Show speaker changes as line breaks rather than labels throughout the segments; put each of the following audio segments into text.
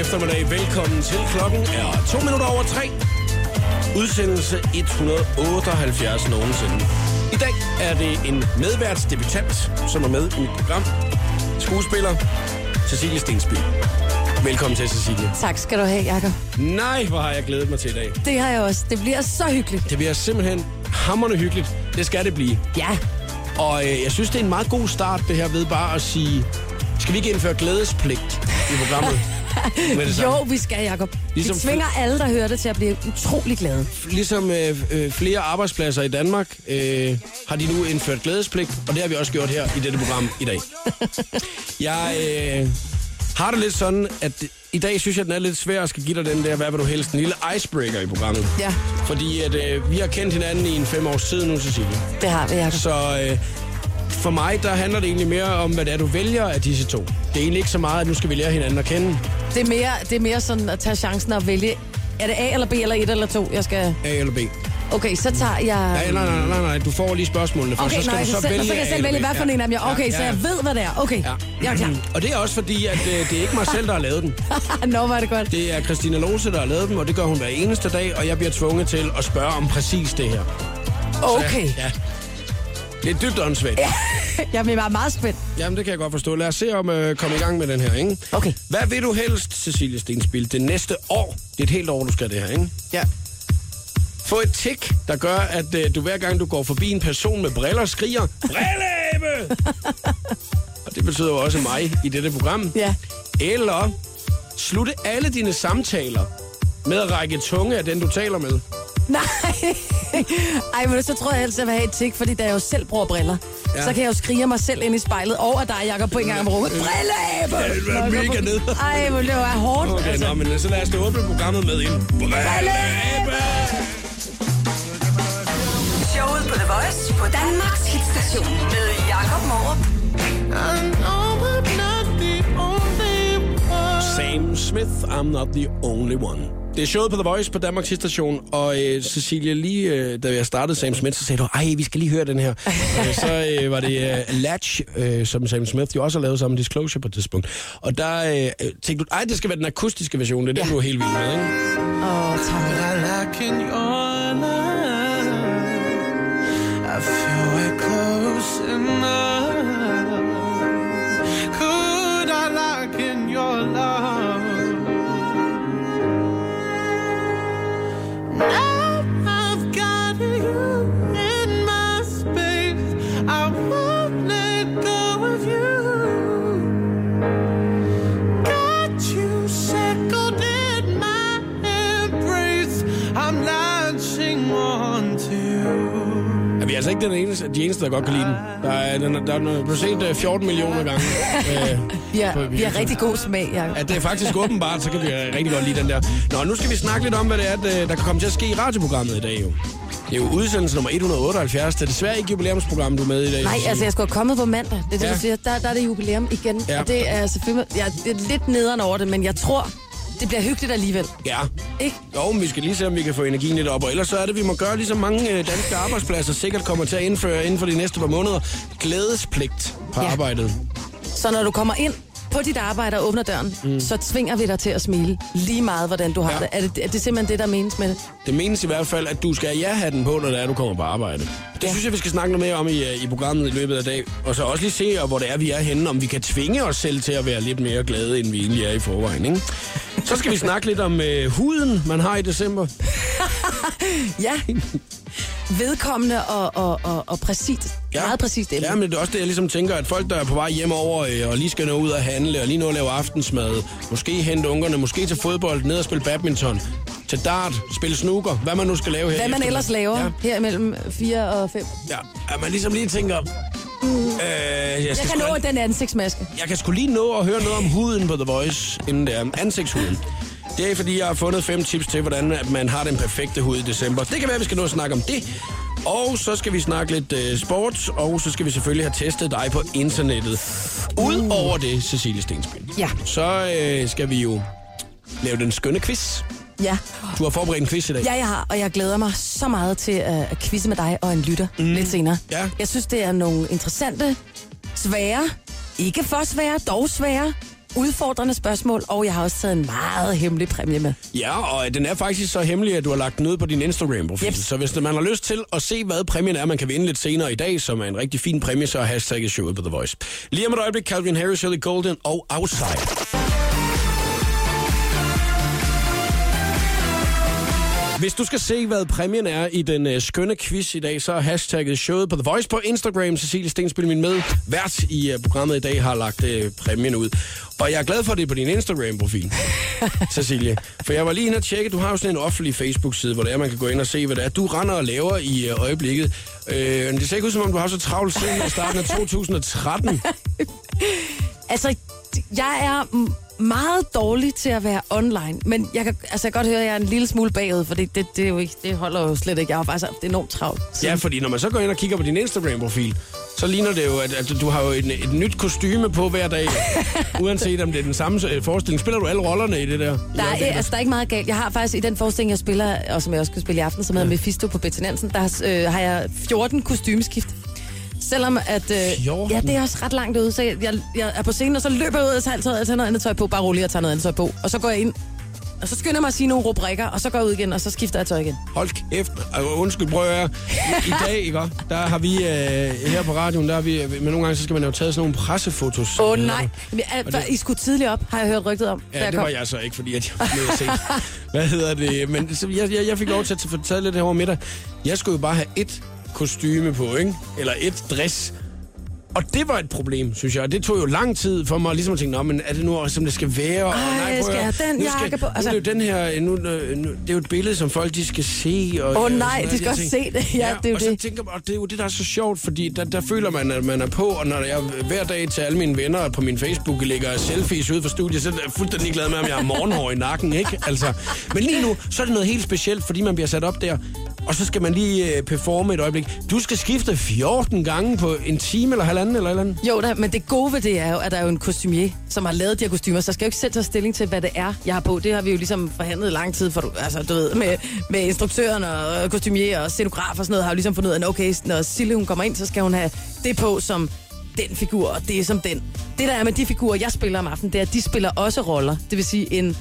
eftermiddag. Velkommen til. Klokken er to minutter over tre. Udsendelse 178 nogensinde. I dag er det en medværtsdebutant, som er med i mit program. Skuespiller Cecilie Stensby. Velkommen til, Cecilie.
Tak skal du have, Jakob.
Nej, hvor har jeg glædet mig til i dag.
Det har jeg også. Det bliver så hyggeligt.
Det bliver simpelthen hammerne hyggeligt. Det skal det blive.
Ja,
Og øh, jeg synes, det er en meget god start, det her ved bare at sige, skal vi ikke indføre glædespligt i programmet? Med det samme.
jo, vi skal, Jakob.
Ligesom
vi tvinger alle, der hører det, til at blive utrolig glade.
Ligesom øh, øh, flere arbejdspladser i Danmark, øh, har de nu indført glædespligt, og det har vi også gjort her i dette program i dag. Jeg øh, har det lidt sådan, at i dag synes jeg, den er lidt svær at skal give dig den der, hvad vil du helst, en lille icebreaker i programmet.
Ja.
Fordi at, øh, vi har kendt hinanden i en fem års tid nu, Cecilie.
Det har vi, Jakob.
Så øh, for mig, der handler det egentlig mere om, hvad det er, du vælger af disse to. Det er egentlig ikke så meget, at nu skal vi lære hinanden at kende.
Det er, mere, det er mere sådan at tage chancen og vælge, er det A eller B eller 1 eller 2, jeg skal...
A eller B.
Okay, så tager jeg...
Nej, nej, nej, nej, nej, du får lige spørgsmålene, for
Okay,
så skal
nej,
du så
så,
vælge
så kan jeg
A
selv
eller
vælge,
B.
hvad for en af dem jeg... Okay, så jeg ved, hvad det er. Okay, jeg er klar.
Og det er også fordi, at øh, det er ikke mig selv, der har lavet den. Mm.
Nå, var det godt.
Det er Christina Lose, der har lavet dem, og det gør hun hver eneste dag, og jeg bliver tvunget til at spørge om præcis det her.
Okay,
Ja. Det er dybt åndssvagt.
jeg bliver meget, meget spændt.
Jamen, det kan jeg godt forstå. Lad os se om øh, komme i gang med den her, ikke?
Okay.
Hvad vil du helst, Cecilie Stenspil, det næste år? Det er et helt år, du skal det her, ikke?
Ja.
Få et tik, der gør, at øh, du hver gang, du går forbi en person med briller, skriger, Brilleæbe! og det betyder jo også mig i dette program.
Ja.
Eller slutte alle dine samtaler med at række tunge af den, du taler med.
Nej. Ej, men så tror jeg helst, at jeg vil have et tik, fordi da jeg jo selv bruger briller,
Ja. Mm.
ja. så kan jeg jo skrige af mig selv ind i spejlet, og at der er Jacob på en gang om rummet. Brilleæbe!
Ja, det ville være
Når jeg går
mega
forbi.
ned.
Ej, men det var hårdt.
Okay,
altså.
nå, men så lad os da åbne programmet med en Brilleæbe!
Showet på The Voice på Danmarks hitstation med Jakob Morup.
Sam Smith, I'm not the only one. Det er showet på The Voice på Danmarks station, og øh, Cecilia, lige øh, da jeg startede Sam Smith, så sagde du, ej, vi skal lige høre den her. og så øh, var det øh, Latch, øh, som Sam Smith jo også har lavet sammen med Disclosure på et tidspunkt. Og der øh, øh, tænkte du, ej, det skal være den akustiske version, det er ja. den,
Ja.
du er helt vild med, ikke?
Åh, tak.
I like in your life. I feel we're close enough. Could I like in your love? Now I've got you in my space. I won't let go of you got you shackled in my embrace. I'm latching on to you.
Er vi altså ikke den eneste, de eneste, der godt kan lide den? Der er, den er, der er, den er blevet set øh, 14 millioner gange. Øh,
Vi
på-
har, vi har rigtig god smag, Jacob.
at det er faktisk åbenbart, så kan vi øh, rigtig godt lide den der. Nå, nu skal vi snakke lidt om, hvad det er, at, øh, der kan komme til at ske i radioprogrammet i dag jo. Det er jo udsendelse nummer 178. Det er desværre ikke jubilæumsprogram, du er med i dag.
Nej,
Cecilie.
altså jeg skulle have kommet på mandag. Det er det,
Ja.
ja. du siger. Der, der er det jubilæum igen.
Ja.
Ja. Og det er selvfølgelig... Ja, det er lidt nederen over det, men jeg tror, det bliver hyggeligt alligevel.
Ja.
Ikke?
Jo, men vi skal lige se, om vi kan få energien lidt op. Og ellers så er det, vi må gøre, ligesom mange øh, danske arbejdspladser sikkert kommer til at indføre inden for de næste par måneder, glædespligt på ja.
Ja.
arbejdet.
Så når du kommer ind på dit arbejde og åbner døren, mm. så tvinger vi dig til at smile lige meget, hvordan du har
Ja.
ja. det. Er, det. er det simpelthen det, der menes med det?
Det menes i hvert fald, at du skal have ja-hatten på, når det er, du kommer på arbejde. Det ja. synes jeg, vi skal snakke noget mere om i, øh, i programmet i løbet af dag. Og så også lige se, øh, hvor det er, vi er henne. Om vi kan tvinge os selv til at være lidt mere glade, end vi egentlig er i forvejen. Ikke? Så skal vi snakke lidt om øh, huden, man har i december.
Ja. Vedkommende og, og, og, og præcist. Ja. Meget præcist emne.
Ja, men det er også det, jeg ligesom tænker, at folk, der er på vej hjem over øh, og lige skal nå ud og handle, og lige nå at lave aftensmad, måske hente ungerne, måske til fodbold, ned og spille badminton, til dart, spille snooker, hvad man nu skal lave her. i
Hvad man
eftermiddag.
ellers laver
Ja.
ja. her mellem 4 og 5.
ja, at man ligesom lige tænker... Øh, jeg, skal
Jeg
sgu
kan nå
da-
den ansigtsmaske.
Jeg kan sgu lige nå at høre noget om huden på The Voice, inden det er ansigtshuden. Det er, fordi jeg har fundet fem tips til, hvordan at man har den perfekte hud i december. Det kan være, at vi skal nå at snakke om det. Og så skal vi snakke lidt øh, sports, og så skal vi selvfølgelig have testet dig på internettet. Udover det, Cecilie Stensby,
Ja.
så øh, skal vi jo lave den skønne quiz.
Ja.
Du har forberedt en quiz i dag.
Ja, jeg har, og jeg glæder mig så meget til øh, at quizze med dig og en lytter mm. lidt senere.
Ja.
Jeg synes, det er nogle interessante, svære, ikke for svære, dog svære udfordrende spørgsmål, og jeg har også taget en meget hemmelig præmie med.
Ja, og øh, den er faktisk så hemmelig, at du har lagt den ud på din Instagram-profil.
Yep.
Så hvis man har lyst til at se, hvad præmien er, man kan vinde lidt senere i dag, som er en rigtig fin præmie, så er hashtagget showet på The Voice. Lige om et øjeblik, Calvin Harris, Ellie Golden og Outside. Hvis du skal se, hvad præmien er i den øh, skønne quiz i dag, så er hashtagget showet på The Voice på Instagram. Cecilie Stensbøl, min med vært i øh, programmet i dag, har lagt øh, præmien ud. Og jeg er glad for, at det er på din Instagram-profil, Cecilie. For jeg var lige inde og tjekke, du har jo sådan en offentlig Facebook-side, hvor det er, man kan gå ind og se, hvad det er, du render og laver i øh, øjeblikket. Øh, men det ser ikke ud, som om du har så travlt siden starten af 2013.
Altså, jeg er m- meget dårlig til at være online, men jeg kan, altså, jeg kan godt høre, at jeg er en lille smule bagud, for det, det, det, er jo ikke, det holder jo slet ikke. Jeg har faktisk haft enormt travlt.
Ja, fordi når man så går ind og kigger på din Instagram-profil, så ligner det jo, at, at du har jo et, et nyt kostyme på hver dag. Uanset om det er den samme øh, forestilling. Spiller du alle rollerne i det der?
Der er, altså, der er ikke meget galt. Jeg har faktisk i den forestilling, jeg spiller, og som jeg også skal spille i aften, som hedder Mephisto på Betty Nansen, der har, øh, har jeg 14 kostymeskift. Selvom at... Øh,
14?
ja, det er også ret langt ude, så jeg, jeg, jeg er på scenen, og så løber jeg ud og tager altid, og tager noget andet tøj på, bare roligt og tager noget andet tøj på. Og så går jeg ind, og så skynder jeg mig at sige nogle rubrikker, og så går jeg ud igen, og så skifter jeg tøj igen.
Hold kæft. Altså, undskyld, prøv at høre. I dag, ikke? også? Der har vi øh, her på radioen, der har vi... øh, Men nogle gange, så skal man jo tage sådan nogle pressefotos.
Åh oh, nej, Men, øh, for, I skulle tidligt op, har jeg hørt rygtet om, da
Ja,
jeg
det
kom.
var jeg så ikke, fordi at jeg blev set. Hvad hedder det? Men så jeg, jeg, jeg fik lov til at få taget lidt herovre middag. Jeg skulle jo bare have et kostyme på, ikke? Eller et dress. Og det var et problem, synes jeg. Og det tog jo lang tid for mig ligesom at tænke, Nå, men er det nu også, som det skal være? Og
Ej,
prøv
skal
at-
jeg have den
nu
jakke på?
Nu
Altså-
er det jo den her... Nu, nu, nu, det er jo et billede, som folk de skal se. og-
Åh,
og sådan
nej,
noget.
de skal
Jeg
også
tænkte-
se det. Ja, det er jo
og Så
det.
tænker man, og det er jo det, der er så sjovt, fordi der, der føler man, at man er på, og når jeg hver dag til alle mine venner på min Facebook lægger selfies ude fra studiet, så er jeg fuldstændig glad med, om jeg har morgenhår i nakken, ikke? Altså, men lige nu, så er det noget helt specielt, fordi man bliver sat op der, og så skal man lige øh, performe et øjeblik. Du skal skifte 14 gange på en time eller halvanden eller et eller andet.
Jo, der, men det gode ved det er jo, at der er jo en kostumier, som har lavet de her kostymer, så jeg skal jo ikke selv tage stilling til, hvad det er, jeg har på. Det har vi jo ligesom forhandlet i lang tid, for du, altså, du ved, med, med instruktøren og øh, kostumier og scenograf og sådan noget, har jo ligesom fundet ud af, at okay, når Sille hun kommer ind, så skal hun have det på som den figur, og det er som den. Det der er med de figurer, jeg spiller om aftenen, det er, at de spiller også roller. Det vil sige en,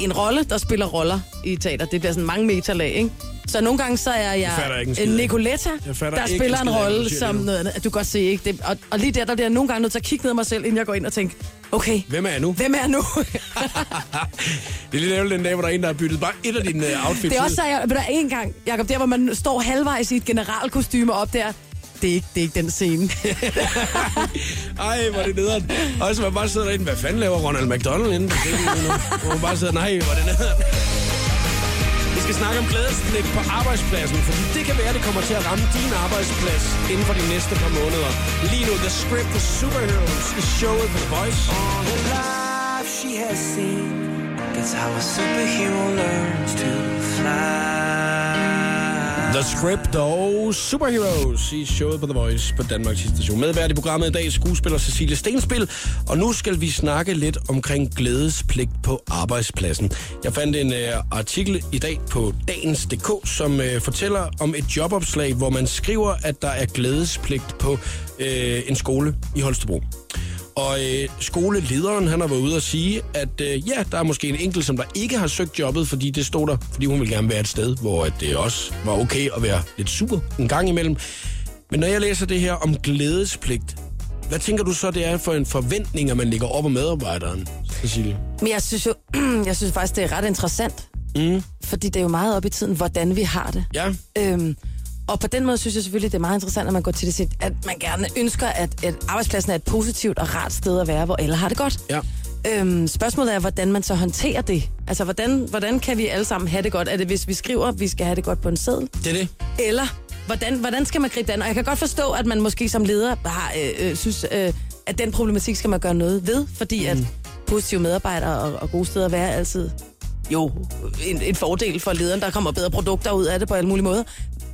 en rolle, der spiller roller i teater. Det bliver sådan mange meterlag, ikke? Så nogle gange så er jeg,
fatter ikke en skid
en
af det.
Nicoletta,
Jeg fatter
der
ikke
spiller
en
en
skid af det,
rolle
du siger
som
lige nu.
noget andet. Du kan godt se, ikke? Det, og, og lige der, der bliver jeg nogle gange nødt til at kigge ned af mig selv, inden jeg går ind og tænker, okay,
Hvem er jeg nu?
hvem er jeg nu?
det er lidt ærgerligt den dag, hvor der er en, der har byttet bare et af dine øh, outfits
det er også
ud.
så, jeg, men der er en gang, Jacob, der hvor man står halvvejs i et generalkostyme op der, det er ikke, det er ikke den scene.
Ej, hvor er det nederen. Og så man bare sidder derinde, hvad fanden laver Ronald McDonald inde på scenen nu? Hvor man bare sidder, nej, hvor er det nederen. Vi skal snakke om glædesnit på arbejdspladsen, fordi det kan være, det kommer til at ramme din arbejdsplads inden for de næste par måneder. Lige nu, The Script for Superheroes i showet på The Voice.
All the life she has seen. That's how a superhero learns to fly.
The Script og Superheroes i showet på The Voice på Danmarks station. Medvært i programmet i dag skuespiller Cecilie Stenspil, og nu skal vi snakke lidt omkring glædespligt på arbejdspladsen. Jeg fandt en øh, artikel i dag på dagens.dk, som øh, fortæller om et jobopslag, hvor man skriver, at der er glædespligt på øh, en skole i Holstebro. Og øh, skolelederen, han har været ude og sige, at øh, ja, der er måske en enkelt, som der ikke har søgt jobbet, fordi det stod der, fordi hun ville gerne være et sted, hvor at det også var okay at være lidt sur en gang imellem. Men når jeg læser det her om glædespligt, hvad tænker du så, det er for en forventning, at man ligger op af medarbejderen, Cecilie?
Men jeg synes jo, jeg synes faktisk, det er ret interessant. Mm. Fordi det er jo meget op i tiden, hvordan vi har det.
Ja.
Øhm, og på den måde synes jeg selvfølgelig, det er meget interessant, at man går til det sit, at man gerne ønsker, at, at arbejdspladsen er et positivt og rart sted at være, hvor alle har det godt.
Ja.
Øhm, spørgsmålet er, hvordan man så håndterer det. Altså, hvordan, hvordan kan vi alle sammen have det godt? Er det, hvis vi skriver, at vi skal have det godt på en seddel?
Det er det.
Eller, hvordan, hvordan skal man gribe den? Og jeg kan godt forstå, at man måske som leder har, øh, øh, synes, øh, at den problematik skal man gøre noget ved, fordi mm. at positive medarbejdere og, og gode steder at være er altid jo en, en fordel for lederen, der kommer bedre produkter ud af det på alle mulige måder.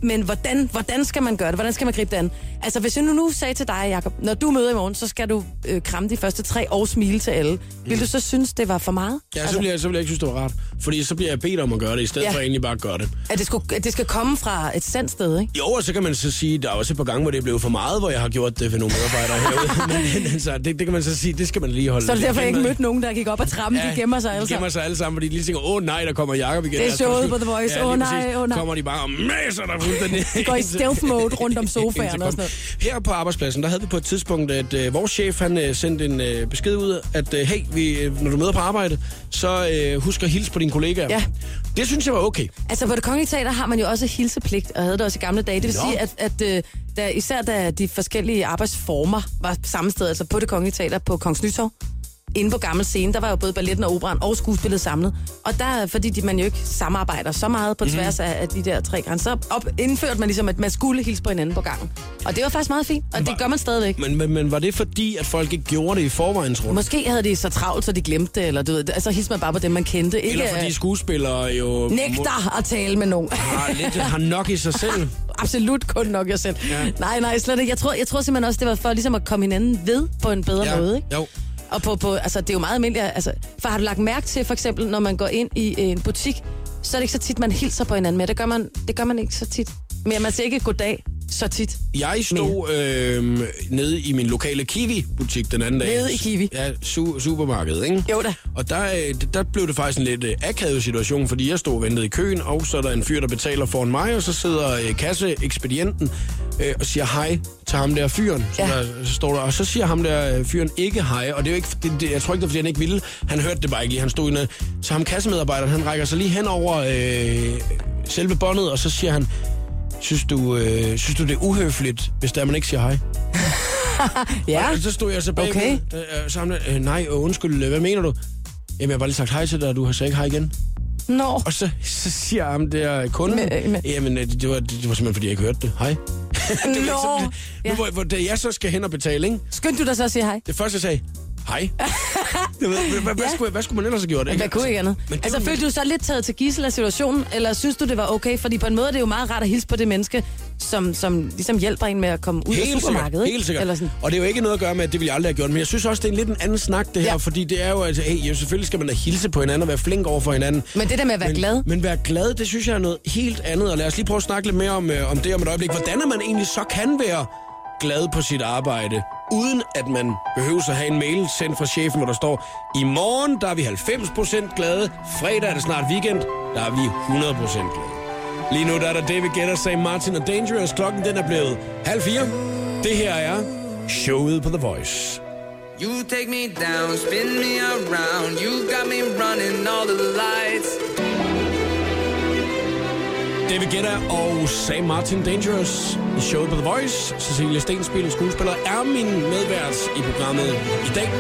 men hvordan, hvordan skal man gøre det? Hvordan skal man gribe det an? Altså, hvis jeg nu, nu sagde til dig, Jacob, når du møder i morgen, så skal du øh, kramme de første tre og smile til alle. Vil du så synes, det var for meget?
Mm.
Altså,
Ja, så bliver, jeg, så bliver jeg ikke synes, det var rart. Fordi så bliver jeg bedt om at gøre det, i stedet
Ja.
ja. for egentlig bare at gøre det.
At det, skulle, at det skal komme fra et sandt sted, ikke?
Jo, og så kan man så sige, der er også et par gange, hvor det blev for meget, hvor jeg har gjort det for nogle medarbejdere herude. Men, men altså, det, det kan man så sige, det skal man lige holde.
Så er det
lidt
derfor, jeg
hen
ikke
med.
mødte nogen, der gik op ad trappen. Ja, de gemmer sig alle
De gemmer
sammen.
sig alle sammen, fordi de lige tænker, åh oh, nej, der kommer Jacob igen.
Det er
Altså,
showet på The Voice.
lige
Åh, nej,
præcis.
åh, nej.
Kommer de bare og mæser dig fuldstændig.
De går i stealth mode rundt om sofaen
Indtil
og sådan
kom- Her på arbejdspladsen, der havde vi på et tidspunkt, at øh, vores chef, han øh, sendte en øh, besked ud, at øh, hey, vi, øh, når du møder på arbejde, så øh, husk at hilse på dine kollegaer.
Ja.
Det synes jeg var okay.
Altså, på det kongelige teater har man jo også hilsepligt, og havde det også i gamle dage. Det vil
Nå.
sige, at, at øh, da, især da de forskellige arbejdsformer var samme sted, altså på det kongelige teater på Kongens Nytorv, inde på gammel scene, der var jo både balletten og operan og skuespillet samlet. Og der, fordi de, man jo ikke samarbejder så meget på
Mhm.
tværs af, af de der tre grænser, så op, indførte man ligesom, at man skulle hilse på hinanden på gangen. Og det var faktisk meget fint, og det gør man stadigvæk.
Men, men, men var det fordi, at folk ikke gjorde det i forvejen, tror du?
Måske havde de så travlt, så de glemte det, eller du ved, altså hilste man bare på dem, man kendte. Ikke,
Eller fordi
øh,
skuespillere jo...
nægter at tale med nogen.
Har, lidt, har nok i sig selv.
absolut kun nok jeg selv. Ja. Nej, nej, slet ikke. Jeg tror, jeg tror simpelthen også, det var for ligesom at komme hinanden ved på en bedre
Ja,
måde. Ikke?
jo.
Og på, på, altså, det er jo meget almindeligt. Altså, for har du lagt mærke til, for eksempel, når man går ind i en butik, så er det ikke så tit, man hilser på hinanden med. Det gør man, det gør man ikke så tit. Men man siger ikke goddag så tit.
Jeg stod øh, nede i min lokale Kiwi-butik den anden dag.
Nede i Kiwi?
Ja, su- supermarkedet, ikke?
Jo da.
Og der, øh, der blev det faktisk en lidt øh, akavet situation, fordi jeg stod og ventede i køen, og så er der en fyr, der betaler foran mig, og så sidder øh, kasseekspedienten øh, og siger hej til ham der fyren. Så,
Ja.
der, så står der, og så siger ham der øh, fyren ikke hej, og det er jo ikke, det, det, jeg tror ikke, det er, fordi han ikke ville. Han hørte det bare ikke lige, han stod inde. Så ham kassemedarbejderen, han rækker sig lige hen over øh, selve båndet, og så siger han, synes du, øh, synes du det er uhøfligt, hvis der man ikke siger hej?
Ja.
Og så stod jeg så bag
Ah. Okay.
øh, sammen, øh, nej, øh, undskyld, øh, hvad mener du? Jamen, jeg har bare lige sagt hej til dig, og du har sagt ikke hej igen.
Nå.
Og så, så siger ham der kunden,
Men, øh, men-
jamen, øh, det var, det var simpelthen, fordi jeg ikke hørte det. Hej. det var
Nå.
sådan, nu,
Ja.
hvor, hvor, da jeg så skal hen og betale, ikke?
Skynd du dig så at sige hej.
Det første, jeg sagde, hej. Du ved, hvad, hvad, hvad,
Ja.
skulle, hvad skulle man ellers have gjort?
Hvad kunne ikke andet?
Men det
Altså,
var-
følte du så lidt taget til gissel af situationen, eller synes du, det var okay? Fordi på en måde er det jo meget rart at hilse på det menneske, som, som ligesom hjælper en med at komme ud af
Helt
supermarkedet.
sikkert,
ikke?
helt sikkert.
Eller sådan.
Og det er jo ikke noget at gøre med, at det ville jeg aldrig have gjort, men jeg synes også, det er en lidt en anden snak, det her,
Ja.
fordi det er jo, altså, hey, jo, selvfølgelig skal man da hilse på hinanden og være flink over for hinanden.
Men det der med at være
men,
glad.
Men være glad, det synes jeg er noget helt andet, og lad os lige prøve at snakke lidt mere om, øh, om det om et øjeblik. Hvordan er man egentlig så kan være glad på sit arbejde, uden at man behøver at have en mail sendt fra chefen, hvor der står, i morgen der er vi 90% glade, fredag er det snart weekend, der er vi 100% glade. Lige nu der er der David Guetta, Sam Martin og Dangerous. Klokken den er blevet halv fire. Det her er showet på The Voice.
You take me down, spin me around. You got me running all the lights.
David Guetta og Sam Martin Dangerous i showet på The Voice. Cecilia Stenspil, skuespiller, er min medvært i programmet i dag.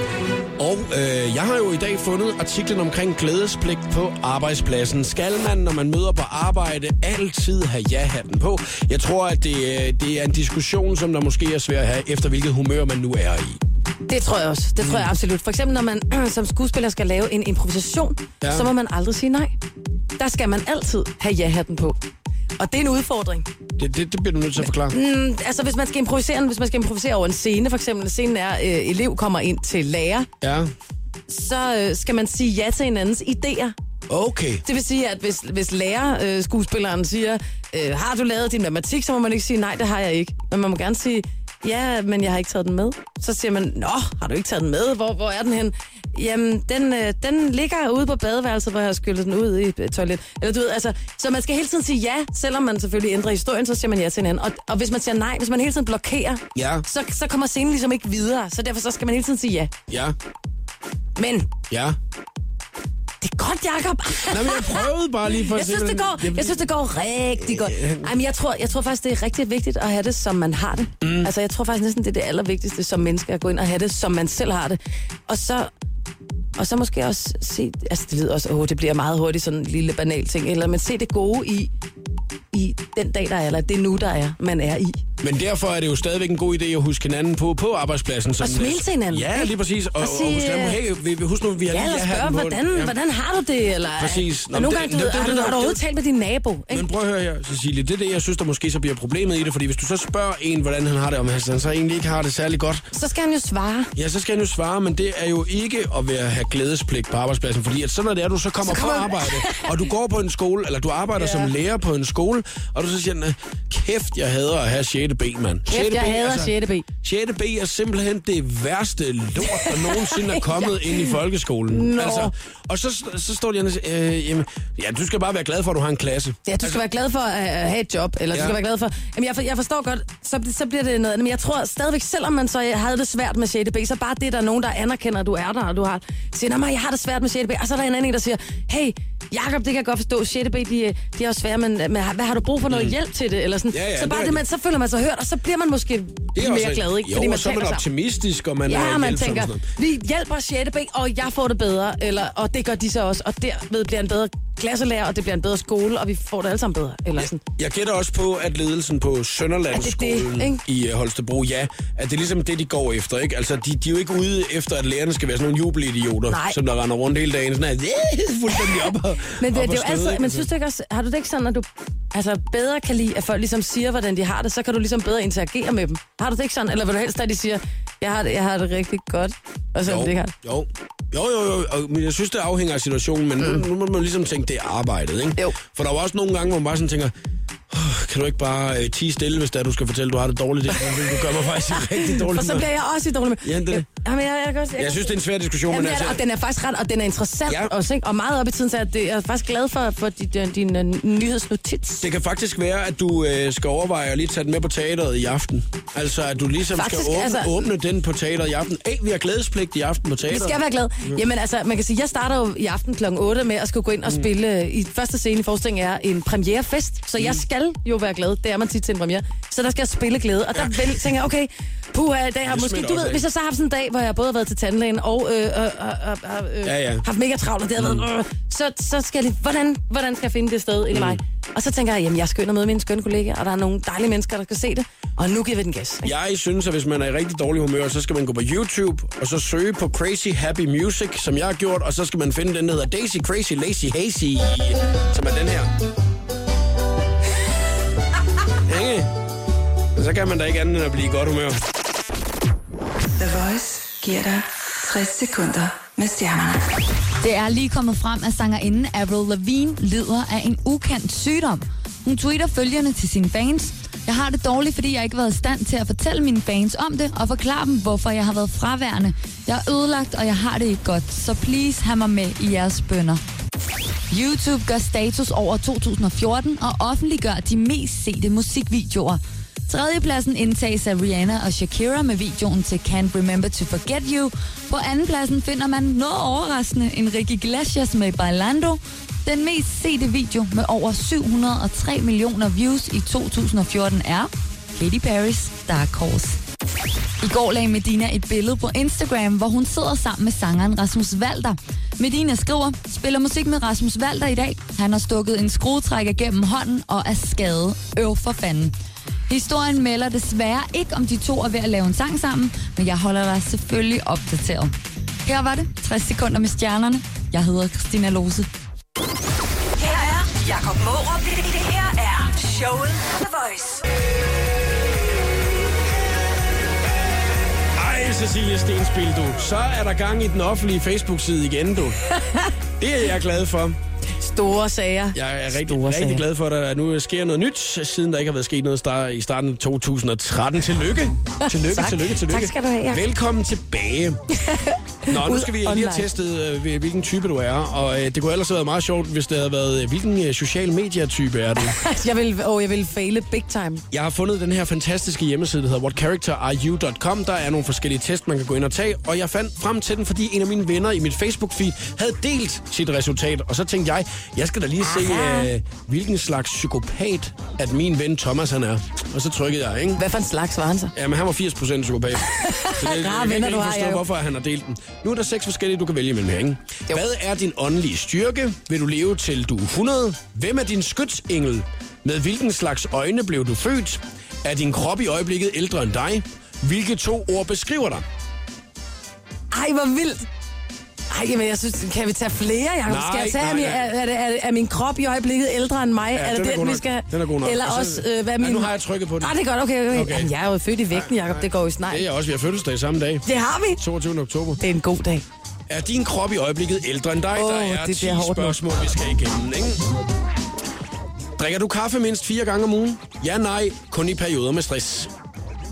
Og øh, jeg har jo i dag fundet artiklen omkring glædespligt på arbejdspladsen. Skal man, når man møder på arbejde, altid have ja-hatten på? Jeg tror, at det, øh, det er en diskussion, som der måske er svært at have, efter hvilket humør man nu er i.
Det tror jeg også. Det tror jeg absolut. For eksempel, når man som skuespiller skal lave en improvisation,
Ja.
ja. så må man aldrig sige nej. Der skal man altid have ja-hatten på. Og det er en udfordring.
Det, det, det bliver du nødt til at forklare.
Mm, altså, hvis man skal improvisere, hvis man skal improvisere over en scene, for eksempel, scenen er, øh, elev kommer ind til lærer,
Ja.
så øh, skal man sige ja til hinandens idéer.
Okay.
Det vil sige, at hvis, hvis lærer, øh, skuespilleren siger, øh, har du lavet din matematik, så må man ikke sige, nej, det har jeg ikke. Men man må gerne sige, ja, men jeg har ikke taget den med. Så siger man, nå, har du ikke taget den med? Hvor, hvor er den hen? Jamen, den, øh, den ligger ude på badeværelset, hvor jeg har skyllet den ud i øh, toilet. Eller du ved, altså, så man skal hele tiden sige ja, selvom man selvfølgelig ændrer historien, så siger man ja til hinanden. Og, og hvis man siger nej, hvis man hele tiden blokerer,
Ja.
så, så kommer scenen ligesom ikke videre. Så derfor så skal man hele tiden sige ja.
Ja.
Men
Ja.
det er godt, Jacob.
Nej, men jeg prøvede bare lige for
Jeg
at se,
synes, det
hvordan-
går, jeg synes, det går rigtig godt. Ej, men jeg tror, jeg tror faktisk, det er rigtig vigtigt at have det, som man har det. Mm. Altså, jeg tror faktisk næsten, det er det allervigtigste som menneske, at gå ind og have det, som man selv har det. Og så, og så måske også se, altså det lyder også, åh, det bliver meget hurtigt sådan en lille banal ting, eller men se det gode i, i den dag, der er, eller det nu, der er, man er i.
Men derfor er det jo stadigvæk en god idé at huske hinanden på på arbejdspladsen. Som,
Og smile til hinanden,
Ja,
ikke?
lige præcis. Og, og,
Og sige, øh,
og husk, hinanden, hey, vi, vi- husk nu, vi har
Ja, eller
lige
spørge,
på.
hvordan,
Ja.
hvordan har du det? Eller,
Præcis. Nå,
Og nogle
men
gange, du
det-
ved,
det- det-
har
det-
du, har du
det-
overtalt med din nabo? Ikke?
Men prøv at høre her, Cecilie. Det er det, jeg synes, der måske så bliver problemet i det. Fordi hvis du så spørger en, hvordan han har det, om han så egentlig ikke har det særlig godt,
Så skal han jo svare.
Ja, så skal han jo svare, men det er jo ikke at være have glædespligt på arbejdspladsen, fordi at sådan er det, at du så kommer, så kommer på arbejde, og du går på en skole, eller du arbejder yeah. som lærer på en skole, og du så siger, "Nå, kæft, jeg hader at have 6. B, Altså- mand.
Kæft, jeg hader 6. B.
6. B er simpelthen det værste lort, der nogensinde er kommet ind i folkeskolen. Altså,
Nå.
og så, så står de og siger, øh, jamen, ja, du skal bare være glad for, at du har en klasse.
Ja, du skal være glad for at at have et job, eller du
Altså- Ja.
skal være glad for... Jamen, jeg, for, jeg forstår godt, så, så bliver det noget andet, men jeg tror stadigvæk, selvom man så havde det svært med 6. B, så bare det, der er nogen, der anerkender, at du er der, og du har... Siger, nej, men jeg har det svært med 6. B, og så er der en anden, en, der siger, hey, Jakob, det kan jeg godt forstå, 6. B, de, øh, de er også svære, men, men hvad har du brug for noget mm. hjælp til det, eller sådan.
Ja, ja, det
så
er
bare det,
rigtigt.
man, så føler man sig hørt, og så bliver man måske
Det er
mere
også-
glad, ikke?
Jo,
Fordi man
og så er man
taler sammen.
optimistisk, og man
Ja,
er
man
hjælpsom og
tænker,
sådan noget.
vi hjælper 6. B, og jeg får det bedre, eller, og det gør de så også, og derved bliver en bedre klasselærer, og det bliver en bedre skole, og vi får det alle sammen bedre, eller sådan.
Jeg gætter også på, at ledelsen på
Er det
Sønderlandsskolen
det, ikke?
det, i øh, Holstebro, ja, at det er ligesom det, de går efter, ikke? Altså, de, de er jo ikke ude efter, at lærerne skal være sådan nogle jubelidioter,
Nej.
som der render rundt hele dagen, sådan at, yeah, fuldstændig op og,
Men det,
op
det er jo
og støde,
altid,
ikke?
men synes du ikke også, har du det ikke sådan, at du altså, bedre kan lide, at folk ligesom siger, hvordan de har det, så kan du ligesom bedre interagere med dem. Har du det ikke sådan, eller vil du helst, at de siger, jeg har det, jeg har det rigtig godt, og så det ikke har det.
jo, jo, jo, jo, og, men jeg synes, det afhænger af situationen, men mm. nu, nu må man ligesom tænke, det er arbejdet, ikke?
Jo.
For der er jo også nogle gange, hvor man bare sådan tænker, "Åh, kan du ikke bare øh, tige stille, hvis det er, du skal fortælle, du har det dårligt? Det, det gør mig faktisk i rigtig
Og
dårligt.
så
humør."
bliver jeg også i dårlig med.
Ja, det er det.
Jamen, jeg, jeg, kan også, jeg,
Jeg
kan-
synes, det er en svær diskussion,
Jamen,
men
det er,
altså...
det, og den er faktisk ret, og den er interessant
Ja.
ja. også, ikke? Og meget op i tiden, så at det, jeg er faktisk glad for, for din, din, din øh, nyhedsnotits.
Det kan faktisk være, at du øh, skal overveje at lige tage den med på teateret i aften. Altså, at du ligesom
Faktisk,
skal åbne, altså...
altså-
åbne den på teateret i aften. Hey, vi har glædespligt i aften på
Vi
teateret.
skal være glade.
Mm.
Jamen altså, man kan sige, jeg starter jo i aften kl. 8 med at skulle gå ind og spille mm. i første scene i forestillingen er en premierefest, så
Mm.
jeg skal jo være glad. Det er man tit til en premiere. Så der skal jeg spille glæde, og der ja. vel, tænker jeg, okay, puha, i dag har
Det
måske,
smitter
du
også
ved,
af.
hvis jeg så har haft sådan en dag, hvor jeg både har været til tandlægen og øh, øh, øh, øh,
Ja, Mm.
øh,
ja.
haft mega travlt, og det har været, øh, så, så skal jeg lige, hvordan, hvordan skal jeg finde det sted
Mm.
inde i mig? Og så tænker jeg, jamen jeg skal ind og møde mine skønne kollegaer, og der er nogle dejlige mennesker, der skal se det, og nu giver vi den gas. Ikke?
Jeg synes, at hvis man er i rigtig dårlig humør, så skal man gå på YouTube, og så søge på Crazy Happy Music, som jeg har gjort, og så skal man finde den, der hedder Daisy Crazy Lazy Hazy, som er den her. Ikke? Så kan man da ikke andet end at blive i godt humør.
The Voice giver dig 60 sekunder med stjernerne.
Det er lige kommet frem, at sangerinden Avril Lavigne lider af en ukendt sygdom. Hun tweeter følgende til sine fans. Jeg har det dårligt, fordi jeg ikke har været i stand til at fortælle mine fans om det og forklare dem, hvorfor jeg har været fraværende. Jeg er ødelagt, og jeg har det ikke godt, så please have mig med i jeres bønder. YouTube gør status over 2014 og offentliggør de mest sete musikvideoer. Tredjepladsen indtages af Rihanna og Shakira med videoen til Can't Remember to Forget You. På andenpladsen finder man noget overraskende Enrique Iglesias med Bailando. Den mest sete video med over 703 millioner views i 2014 er Katy Perry's Dark Horse. I går lagde Medina et billede på Instagram, hvor hun sidder sammen med sangeren Rasmus Walter. Medina skriver, spiller musik med Rasmus Walter i dag. Han har stukket en skruetrækker gennem hånden og er skadet. Øv for fanden. Historien melder desværre ikke, om de to er ved at lave en sang sammen, men jeg holder dig selvfølgelig opdateret. Her var det 60 sekunder med stjernerne. Jeg hedder Christina Lose.
Her er Jakob Morup. Det, det, det her er showet på The Voice.
Ej, Cecilie Stenspil, du. Så er der gang i den offentlige Facebook-side igen, du. Det er jeg glad for.
Store sager.
Jeg er rigtig,
Store
rigtig
sager.
glad for, at der nu sker noget nyt, siden der ikke har været sket noget star- i starten af 2013. Tillykke. Tillykke,
Tak.
tillykke, tillykke.
Tak skal du have, Jacob.
Velkommen tilbage. Nå, nu
Ud
skal vi lige
online.
have testet, øh, hvil- hvilken type du er. Og øh, det kunne ellers have været meget sjovt, hvis det havde været, øh, hvilken øh, social medietype er du?
Jeg vil, åh, jeg vil faile big time.
Jeg har fundet den her fantastiske hjemmeside, der hedder whatcharacterareyou.com. Der er nogle forskellige test, man kan gå ind og tage. Og jeg fandt frem til den, fordi en af mine venner i mit Facebook-feed havde delt sit resultat. Og så tænkte jeg, jeg skal da lige se, øh, hvilken slags psykopat, at min ven Thomas han er. Og så trykkede jeg, ikke?
Hvad for en slags var han så?
Jamen, han var 80% psykopat. Så det,
Rare
jeg kan
venner,
ikke
du har,
forstå,
Jacob.
hvorfor han har delt den. Nu er der seks forskellige, du kan vælge imellem her, ikke? Hvad er din åndelige styrke? Vil du leve til du er 100? Hvem er din skytsengel? Med hvilken slags øjne blev du født? Er din krop i øjeblikket ældre end dig? Hvilke to ord beskriver dig?
Ej, hvor vildt. Ej, men jeg synes, kan vi tage flere, Jacob?
Nej,
Skal jeg tage,
nej,
er, min-
nej.
er, er, det- er, det- er, min krop i øjeblikket ældre end mig? er det
den er
den,
god
vi
nok.
skal...
Den er god nok.
Eller
Og så-
også, øh, hvad er
Ja,
min...
nu har jeg trykket på den.
Nej, det er godt, okay. okay.
Okay.
okay. Jamen, jeg er jo født i vægten, Jacob. Det går jo snart.
Det er også, vi har fødselsdag samme dag.
Det har vi.
22. oktober.
Det er en god dag.
Er din krop i øjeblikket ældre end dig?
Åh,
der er
det bliver
10
hårdt nu.
spørgsmål, vi skal igennem, ikke? Drikker du kaffe mindst fire gange om ugen? Ja, nej, kun i perioder med stress.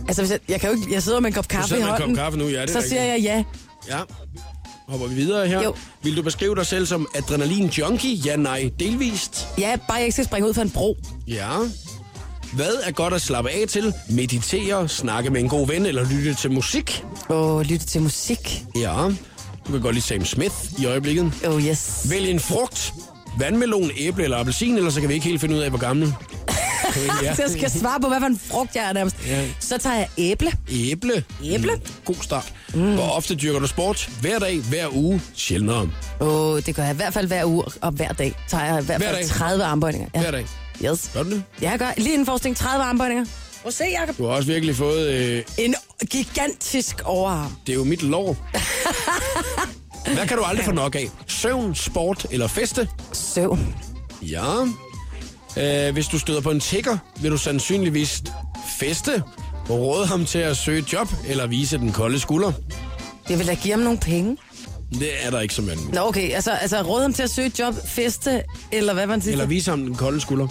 Altså, hvis jeg, jeg, kan jo ikke, jeg sidder med en kop kaffe
sidder
i
med en kop
hånden.
kaffe nu, ja, det er
Så siger jeg ja.
Ja. Hopper vi videre her.
Jo.
Vil du beskrive dig selv som adrenalin-junkie? Ja, nej, delvist.
Ja, bare jeg ikke skal springe ud for en bro.
Ja. Hvad er godt at slappe af til? Meditere, snakke med en god ven eller lytte til musik?
Og lytte til musik.
Ja. Du kan godt lide Sam Smith i øjeblikket.
Oh yes.
Vælg en frugt. Vandmelon, æble eller appelsin, eller så kan vi ikke helt finde ud af, hvor gammel.
Ja. Så jeg skal svare på, hvad for en frugt jeg er nærmest.
Ja.
Ja. Så tager jeg æble.
Æble.
Æble?
God start. Mm. Hvor ofte dyrker du sport? Hver dag, hver uge, sjældnere.
Åh, oh, det gør jeg i hvert fald hver uge, og hver dag tager jeg i hvert
Hver
fald
dag?
30 armbøjninger. Ja.
Hver dag.
Yes.
Gør du det?
Ja, jeg gør. Lige inden forskning, 30 armbøjninger. Prøv at se, Jacob.
Du har også virkelig fået... Øh,
En gigantisk overarm.
det er jo mit lov. Hvad kan du aldrig få nok af? Søvn, sport eller feste?
Søvn.
Ja. Øh, hvis du støder på en tigger, vil du sandsynligvis feste, råde ham til at søge et job eller vise den kolde skulder.
Jeg vil da give ham nogle penge.
Det er der ikke som anden.
Nå, okay. Altså, altså råd ham til at søge et job, feste, eller hvad man siger.
Eller vise ham den kolde skulder.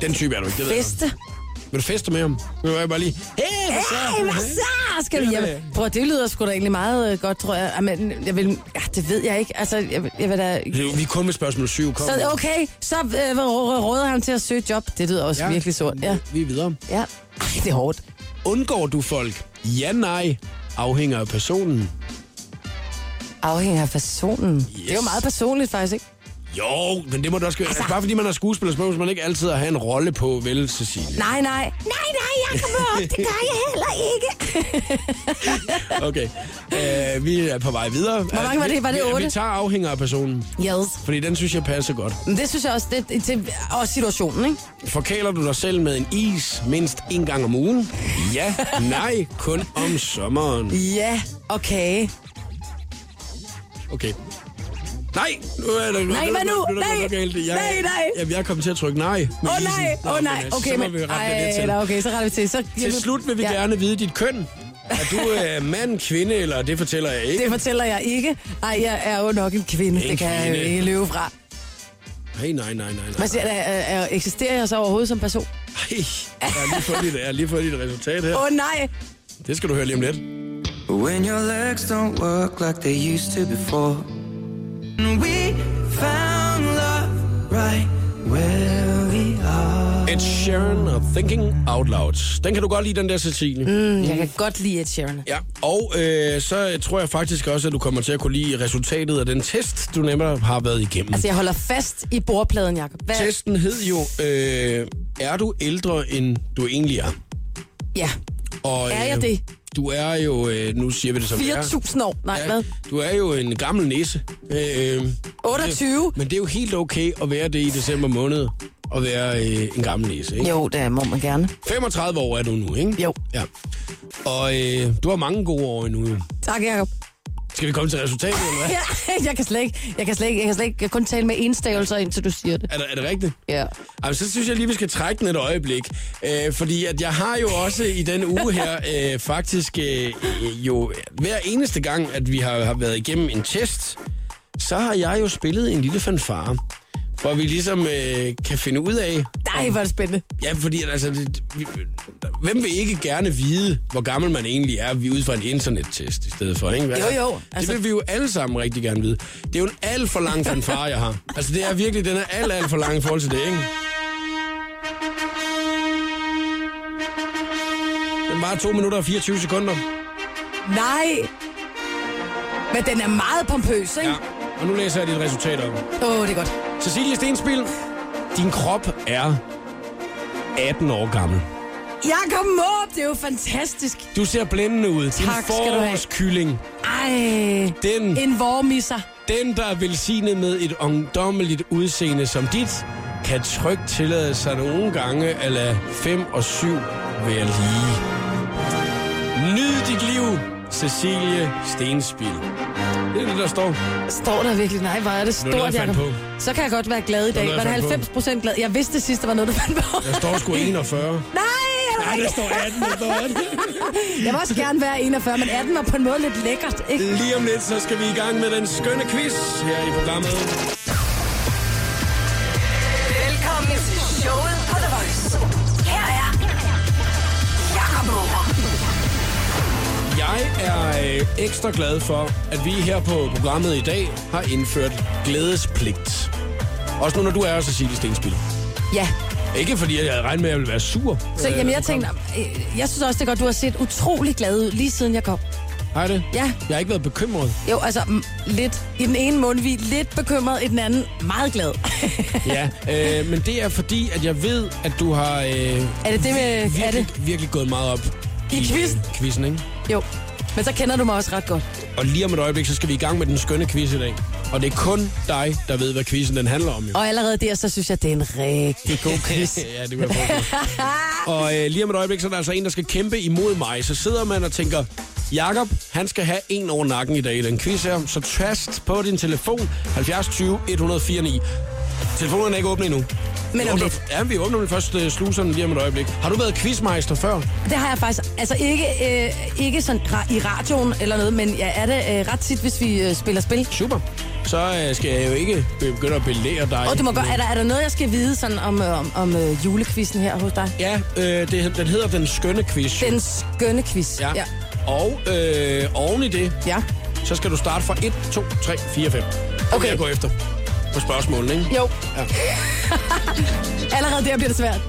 Den type er du ikke, det ved jeg
Feste.
godt. Vil du feste med ham? Vil du være bare lige, hey, hvad så? øh,
Ej, hvad så skal vi
Det er
hjem?
det.
Prøv, at- det lyder sgu da egentlig meget øh, godt, tror jeg. Jamen, jeg vil, ja, det ved jeg ikke. Altså, jeg, vil- jeg vil da...
Det er jo- Vi er kun med spørgsmål 7. Kom.
Så, okay, så øh, rå- råder han til at søge et job. Det lyder også ja. virkelig sort. Ja.
Vi er videre.
ja. Ej, det er hårdt.
Undgår du folk? Ja, nej. Afhænger af personen.
Afhænger af personen. Yes. Det er jo meget personligt, faktisk, ikke?
Jo, men det må du også gøre. Altså, bare fordi man er skuespiller, så må man ikke altid at have en rolle på, vel, Cecilie?
Nej, nej. Nej, nej, jeg kommer op. Det gør jeg heller ikke.
Okay. Øh, vi er på vej videre. Hvor
mange var det? Var det
Vi,
otte?
vi tager afhænger af personen,
Yes.
fordi den synes jeg passer godt.
Men det synes jeg også, det, det- til, også situationen, ikke?
Forkæler du dig selv med en is mindst en gang om ugen? Ja, nej, kun om sommeren.
Ja, okay.
Okay. Nej, nu er det...
Nej, hvad nu? Nej, nej, nej.
Jamen, jeg kom til at trykke nej. med
Åh oh,
isen.
nej, åh oh, nej.
men,
Okay,
så må
men...
vi rette det
Ej,
lidt til.
nå, okay, så retter vi til. Så,
Til slut vil vi ja. gerne vide dit køn. Er du øh, mand, kvinde, eller det fortæller jeg ikke?
Det fortæller jeg ikke. Ej, jeg er jo nok en kvinde.
En
En det kan kvinde. jeg jo
kvinde.
ikke løbe fra.
Nej, nej, nej, nej. nej.
Hvad siger, er, er, eksisterer jeg så overhovedet som person?
Ej, jeg har lige fået dit, jeg har lige fået dit resultat her.
Åh oh, nej.
Det skal du høre lige om lidt.
When your legs don't work like they used to before. We found love right where we are.
Ed Sheeran og Thinking Out Loud. Den kan du godt lide, den der, Cecilie. Mm.
Jeg kan godt lide Ed Sheeran.
Ja, og øh, så tror jeg faktisk også, at du kommer til at kunne lide resultatet af den test, du nemlig har været igennem.
Altså,
Altså,
jeg holder fast i bordpladen, Jacob. Hvad?
Testen hed jo, øh, er du ældre, end du egentlig er?
Ja.
Og, øh,
Er jeg det?
Du er jo, øh, nu siger vi det som det er.
4.000 år. Nej, hvad?
Du er jo en gammel næse. Øh,
28?
Men det er jo helt okay at være det i december måned, at være øh, en gammel næse, ikke?
Jo, det må man gerne.
35 år er du nu, ikke?
Jo.
Ja. Og øh, du har mange gode år endnu. jo.
Tak, Jacob.
Skal vi komme til resultatet, eller hvad?
Ja, jeg kan slet ikke, jeg kan slet ikke, jeg kan slet ikke, jeg kan kun tale med enstavelser, indtil du siger det.
Er det, er det rigtigt?
Ja.
Altså, så synes jeg lige, vi skal trække den et øjeblik. Øh, fordi at jeg har jo også i den uge her øh, faktisk øh, øh, jo hver eneste gang, at vi har, har været igennem en test, så har jeg jo spillet en lille fanfare. Hvor vi ligesom øh, kan finde ud af,
Nej, hvor er det spændende.
Ja, fordi altså, det, vi, hvem vil ikke gerne vide, hvor gammel man egentlig er, vi er ud fra en internettest i stedet for, ikke? Hvad?
Jo, jo,
Altså...
altså-
Det vil vi jo alle sammen rigtig gerne vide. Det er jo en alt for lang fanfare, jeg har. Altså, det er virkelig, den er alt, alt for lang i forhold til det, ikke? Den var 2 minutter og 24 sekunder.
Nej. Men den er meget pompøs, ikke?
Ja. Og nu læser jeg dit resultat op.
Åh, oh, det er godt.
Cecilie Stenspil, din krop er 18 år gammel.
Jakob Måb, det er jo fantastisk.
Du ser blændende ud. Din
Tak skal du have.
forårskylling,
Ej,
den
en vormisser.
Den, der er velsignet med et ungdommeligt udseende som dit, kan trygt tillade sig nogle gange at lade 5 og 7 være lige. Nyd dit liv, Cecilie Stenspil. Det er det, der står.
Står der virkelig? Nej, hvor er det
noget, jeg
stort,
fandt
Jacob.
på.
Så kan jeg godt være glad i dag.
noget,
Var det
jeg fandt på.
90 procent glad? Jeg vidste sidst, der var noget, du fandt på.
Der står sgu 41.
Nej, er du
Nej, der
rigtig?
står 18. Der står 18.
Jeg vil også gerne være 41, men 18 var på en måde lidt lækkert, ikke?
Lige om lidt, så skal vi i gang med den skønne quiz her i programmet.
Velkommen til showet på The Voice. Her er Jakob Møller.
Jeg er øh, ekstra glad for, at vi her på programmet i dag har indført glædespligt. Også nu, når du er her, Cecilie Stenspil.
Ja.
Ikke fordi, jeg havde regnet med, at jeg ville være sur.
Så
øh,
jamen,
når
jeg
du kom.
tænkte, øh, jeg synes også, det er godt, du har set utrolig glad ud, lige siden jeg kom.
Har jeg det?
Ja.
Jeg har ikke været bekymret.
Jo, altså mm, lidt. I den ene mund, vi er lidt bekymret, i den anden meget glad.
ja, øh, men det er fordi, at jeg ved, at du har øh,
er det det med... Er
virkelig,
det?
virkelig gået meget op
I quizzen?
øh, quizzen, ikke?
Jo. Men så kender du mig også ret godt.
Og lige om et øjeblik, så skal vi i gang med den skønne quiz i dag. Og det er kun dig, der ved, hvad quizzen den handler om, jo.
Og allerede der, så synes jeg, det er en rigtig god quiz.
ja, det kunne jeg forestille mig. Og øh, lige om et øjeblik, så er der altså en, der skal kæmpe imod mig. Så sidder man og tænker, Jakob, han skal have en over nakken i dag i den quiz her. Så tast på din telefon 70 20 104 9. Telefonen er ikke åbnet endnu.
Men
Vi
om
åbner-
lidt.
Ja, vi åbner vel først øh, sluserne lige om et øjeblik. Har du været quizmeister før?
Det har jeg faktisk, altså ikke, øh, ikke sådan ra- i radioen eller noget, men jeg er det øh, ret tit, hvis vi øh, spiller spil.
Super. Så øh, skal jeg jo ikke begynde at belære dig.
Og det må godt, er der, er der noget, jeg skal vide sådan om, øh, om, om øh, julekvisten her hos dig?
Ja, øh, det, den hedder Den Skønne Quiz.
Den skønne quiz.
Ja. Og øh, oven i det,
ja.
så skal du starte fra 1, 2, 3, 4, 5.
Okay.
Jeg går efter på spørgsmålene, ikke?
Jo.
Ja.
Allerede der bliver det svært.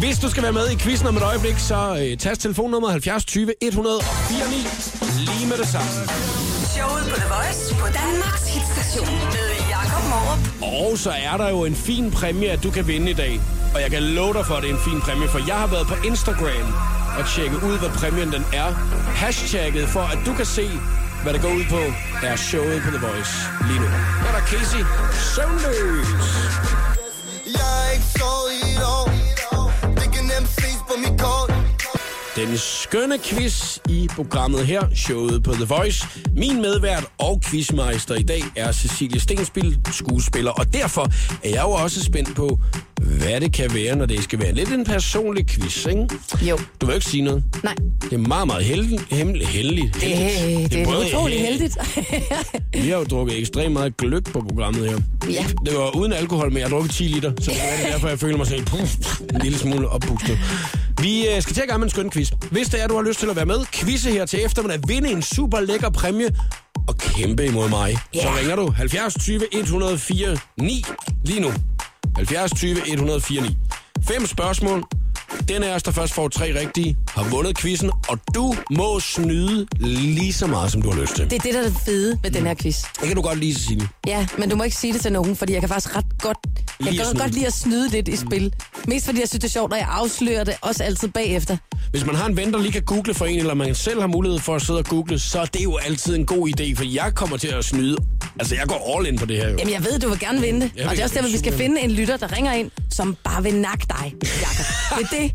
Hvis du skal være med i quizzen om et øjeblik, så øh, tast telefonnummer 70 20 104 9 lige med det samme.
Showet på The Voice på Danmarks hitstation med Jakob Morup.
Og så er der jo en fin præmie, at du kan vinde i dag. Og jeg kan love dig for, at det er en fin præmie, for jeg har været på Instagram og tjekke ud, hvad præmien den er. Hashtagget for, at du kan se, hvad det går ud på, er showet på The Voice lige nu. Her er der Casey Søvnløs.
Jeg er ikke sovet i et år Det kan nemt ses på mit kort
Den skønne quiz i programmet her, showet på The Voice. Min medvært og quizmeister i dag er Cecilie Stenspil, skuespiller. Og derfor er jeg jo også spændt på, hvad det kan være, når det skal være lidt en personlig quiz, ikke?
Jo.
Du vil jo ikke sige noget.
Nej.
Det er meget, meget heldig, hemmel, heldigt.
Det, det, det er
både-
utrolig heldigt.
Vi har jo drukket ekstremt meget gløk på programmet her.
Ja.
Det var uden alkohol, men jeg har drukket 10 liter, så det er derfor, jeg føler mig sådan puff, en lille smule oppustet. Vi øh, skal til at gøre med en skøn quiz. Hvis det er, du har lyst til at være med, quizze her til eftermiddag, vinde en super lækker præmie og kæmpe imod mig. Yeah. Så ringer du 70 20 104 9 lige nu. 70 20 104 9. Fem spørgsmål. Den af os, der først får tre rigtige, har vundet quizzen, og du må snyde lige så meget, som du har lyst til.
det er det, der er det fede ved den her quiz.
Det kan du godt lide, Cecilie.
Ja, men du må ikke sige det til nogen, fordi jeg kan faktisk ret godt... Jeg
Lide
kan
at
godt,
snyde.
godt lide at snyde lidt i spil. Mest fordi jeg synes, det er sjovt, og jeg afslører det også altid bagefter.
Hvis man har en ven, der lige kan google for en, eller man selv har mulighed for at sidde og google, så er det jo altid en god idé, for jeg kommer til at snyde. Altså, jeg går all in på det her jo.
Jamen, jeg ved, du vil gerne vinde det.
vil
Og det er
gerne
også derfor, vi
vinde,
skal
simpelthen.
finde en lytter, der ringer ind, som bare vil nakke dig, Jacob. Det er det,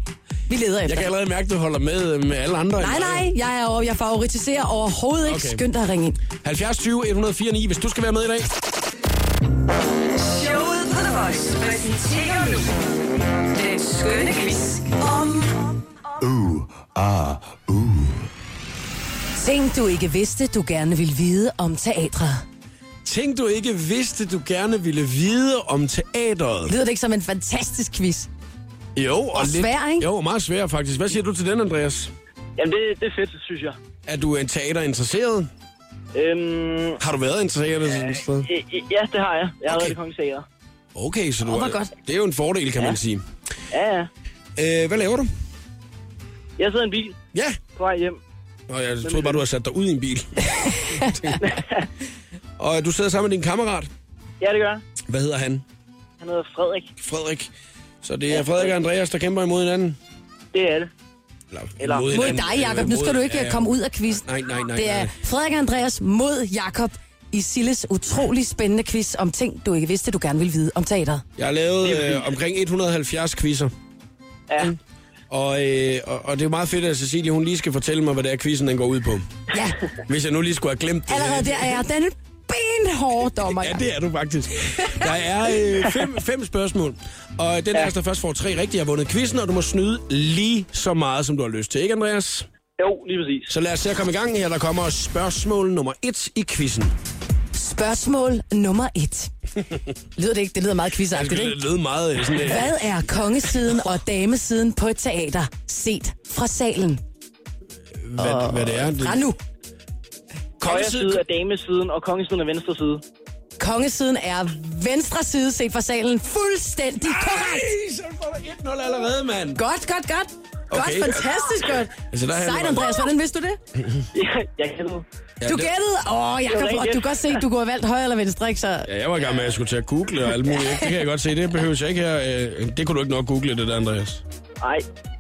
vi leder
Jeg
efter.
kan allerede mærke, at du holder med øh, med alle andre.
Nej, nej, jeg, er, over- jeg favoritiserer overhovedet ikke.
Okay.
Okay. Skynd dig at ringe ind.
70 20 104 9, hvis du skal være med i dag.
Showet på The Voice præsenterer nu den skønne quiz om...
Ting, du ikke vidste, du gerne ville vide om teatret.
Ting, du ikke vidste, du gerne ville vide om teateret.
Lyder det ikke som en fantastisk quiz?
Jo, og, og
svær, ikke?
Jo, meget svær faktisk. Hvad siger du til den, Andreas?
Jamen, det, det er fedt, synes jeg.
Er du en teaterinteresseret?
Øhm,
Har du været interesseret sådan et sted?
i- i- ja, det har jeg. Jeg
Okay.
har okay. været i Kongens Teater.
Okay, så du
Åh, hvor
er-
godt.
Det er jo en fordel, kan man sige.
Ja, ja.
Øh, hvad laver du?
Jeg sidder i en bil
Ja,
på vej hjem.
Og jeg troede bare, du havde sat dig ud i en bil. og du sidder sammen med din kammerat.
Ja, det gør jeg.
Hvad hedder han?
Han hedder Frederik.
Frederik. Så det er Frederik og Andreas, der kæmper imod hinanden.
Det er det. Eller-
Mod
hinanden.
dig, Jacob.
Øh,
Nu skal
mod-
du ikke
ja, ja.
komme ud af quizzen.
Nej, nej, nej,
Det er
nej.
Frederik og Andreas mod Jakob i Silles utrolig spændende quiz om ting, du ikke vidste, du gerne ville vide om teateret. Mm.
Jeg har lavet øh, omkring 170 quizzer.
Ja.
Og, øh, og, og det er jo meget fedt, at Cecilie hun lige skal fortælle mig, hvad det er, quizzen den går ud på.
Ja,
Hvis jeg nu lige skulle have glemt det.
allerede der er jeg den benhårde dommer.
Ja, det er du faktisk. Der er øh, fem, fem spørgsmål, og den ja. der først får tre rigtige har vundet quizzen, og du må snyde lige så meget, som du har lyst til. Ikke, Andreas?
Jo, lige præcis.
Så lad os se at komme i gang her. Der kommer spørgsmål nummer et i quizzen.
Spørgsmål nummer et. Lyder det ikke? Det lyder meget quizagtigt, ikke?
lød meget øh, sådan øh,
Hvad er kongesiden og damesiden på et teater set fra salen?
hvad, hvad det er. Det,
Fra nu.
Højre side
kongesiden,
er damesiden, og kongesiden er venstre side.
Kongesiden er venstre side set fra salen. Fuldstændig korrekt.
Ej, så får du 1-0 allerede, mand.
Godt, godt, godt. Godt,
Okay.
fantastisk godt.
Altså, der er han-
Sejt, Andreas. Hvordan vidste du det?
Jeg, jeg kan det.
Du
det-
gættede? Åh, oh, Jacob,
rigtigt.
og du kan godt se, du kunne have valgt højre eller venstre, ikke? Så
Ja, jeg var i gang med, at jeg skulle til at google og alt muligt. Det kan jeg godt se. Det behøver jeg ikke her. Øh, Det kunne du ikke nok google, det der, Andreas.
Nej.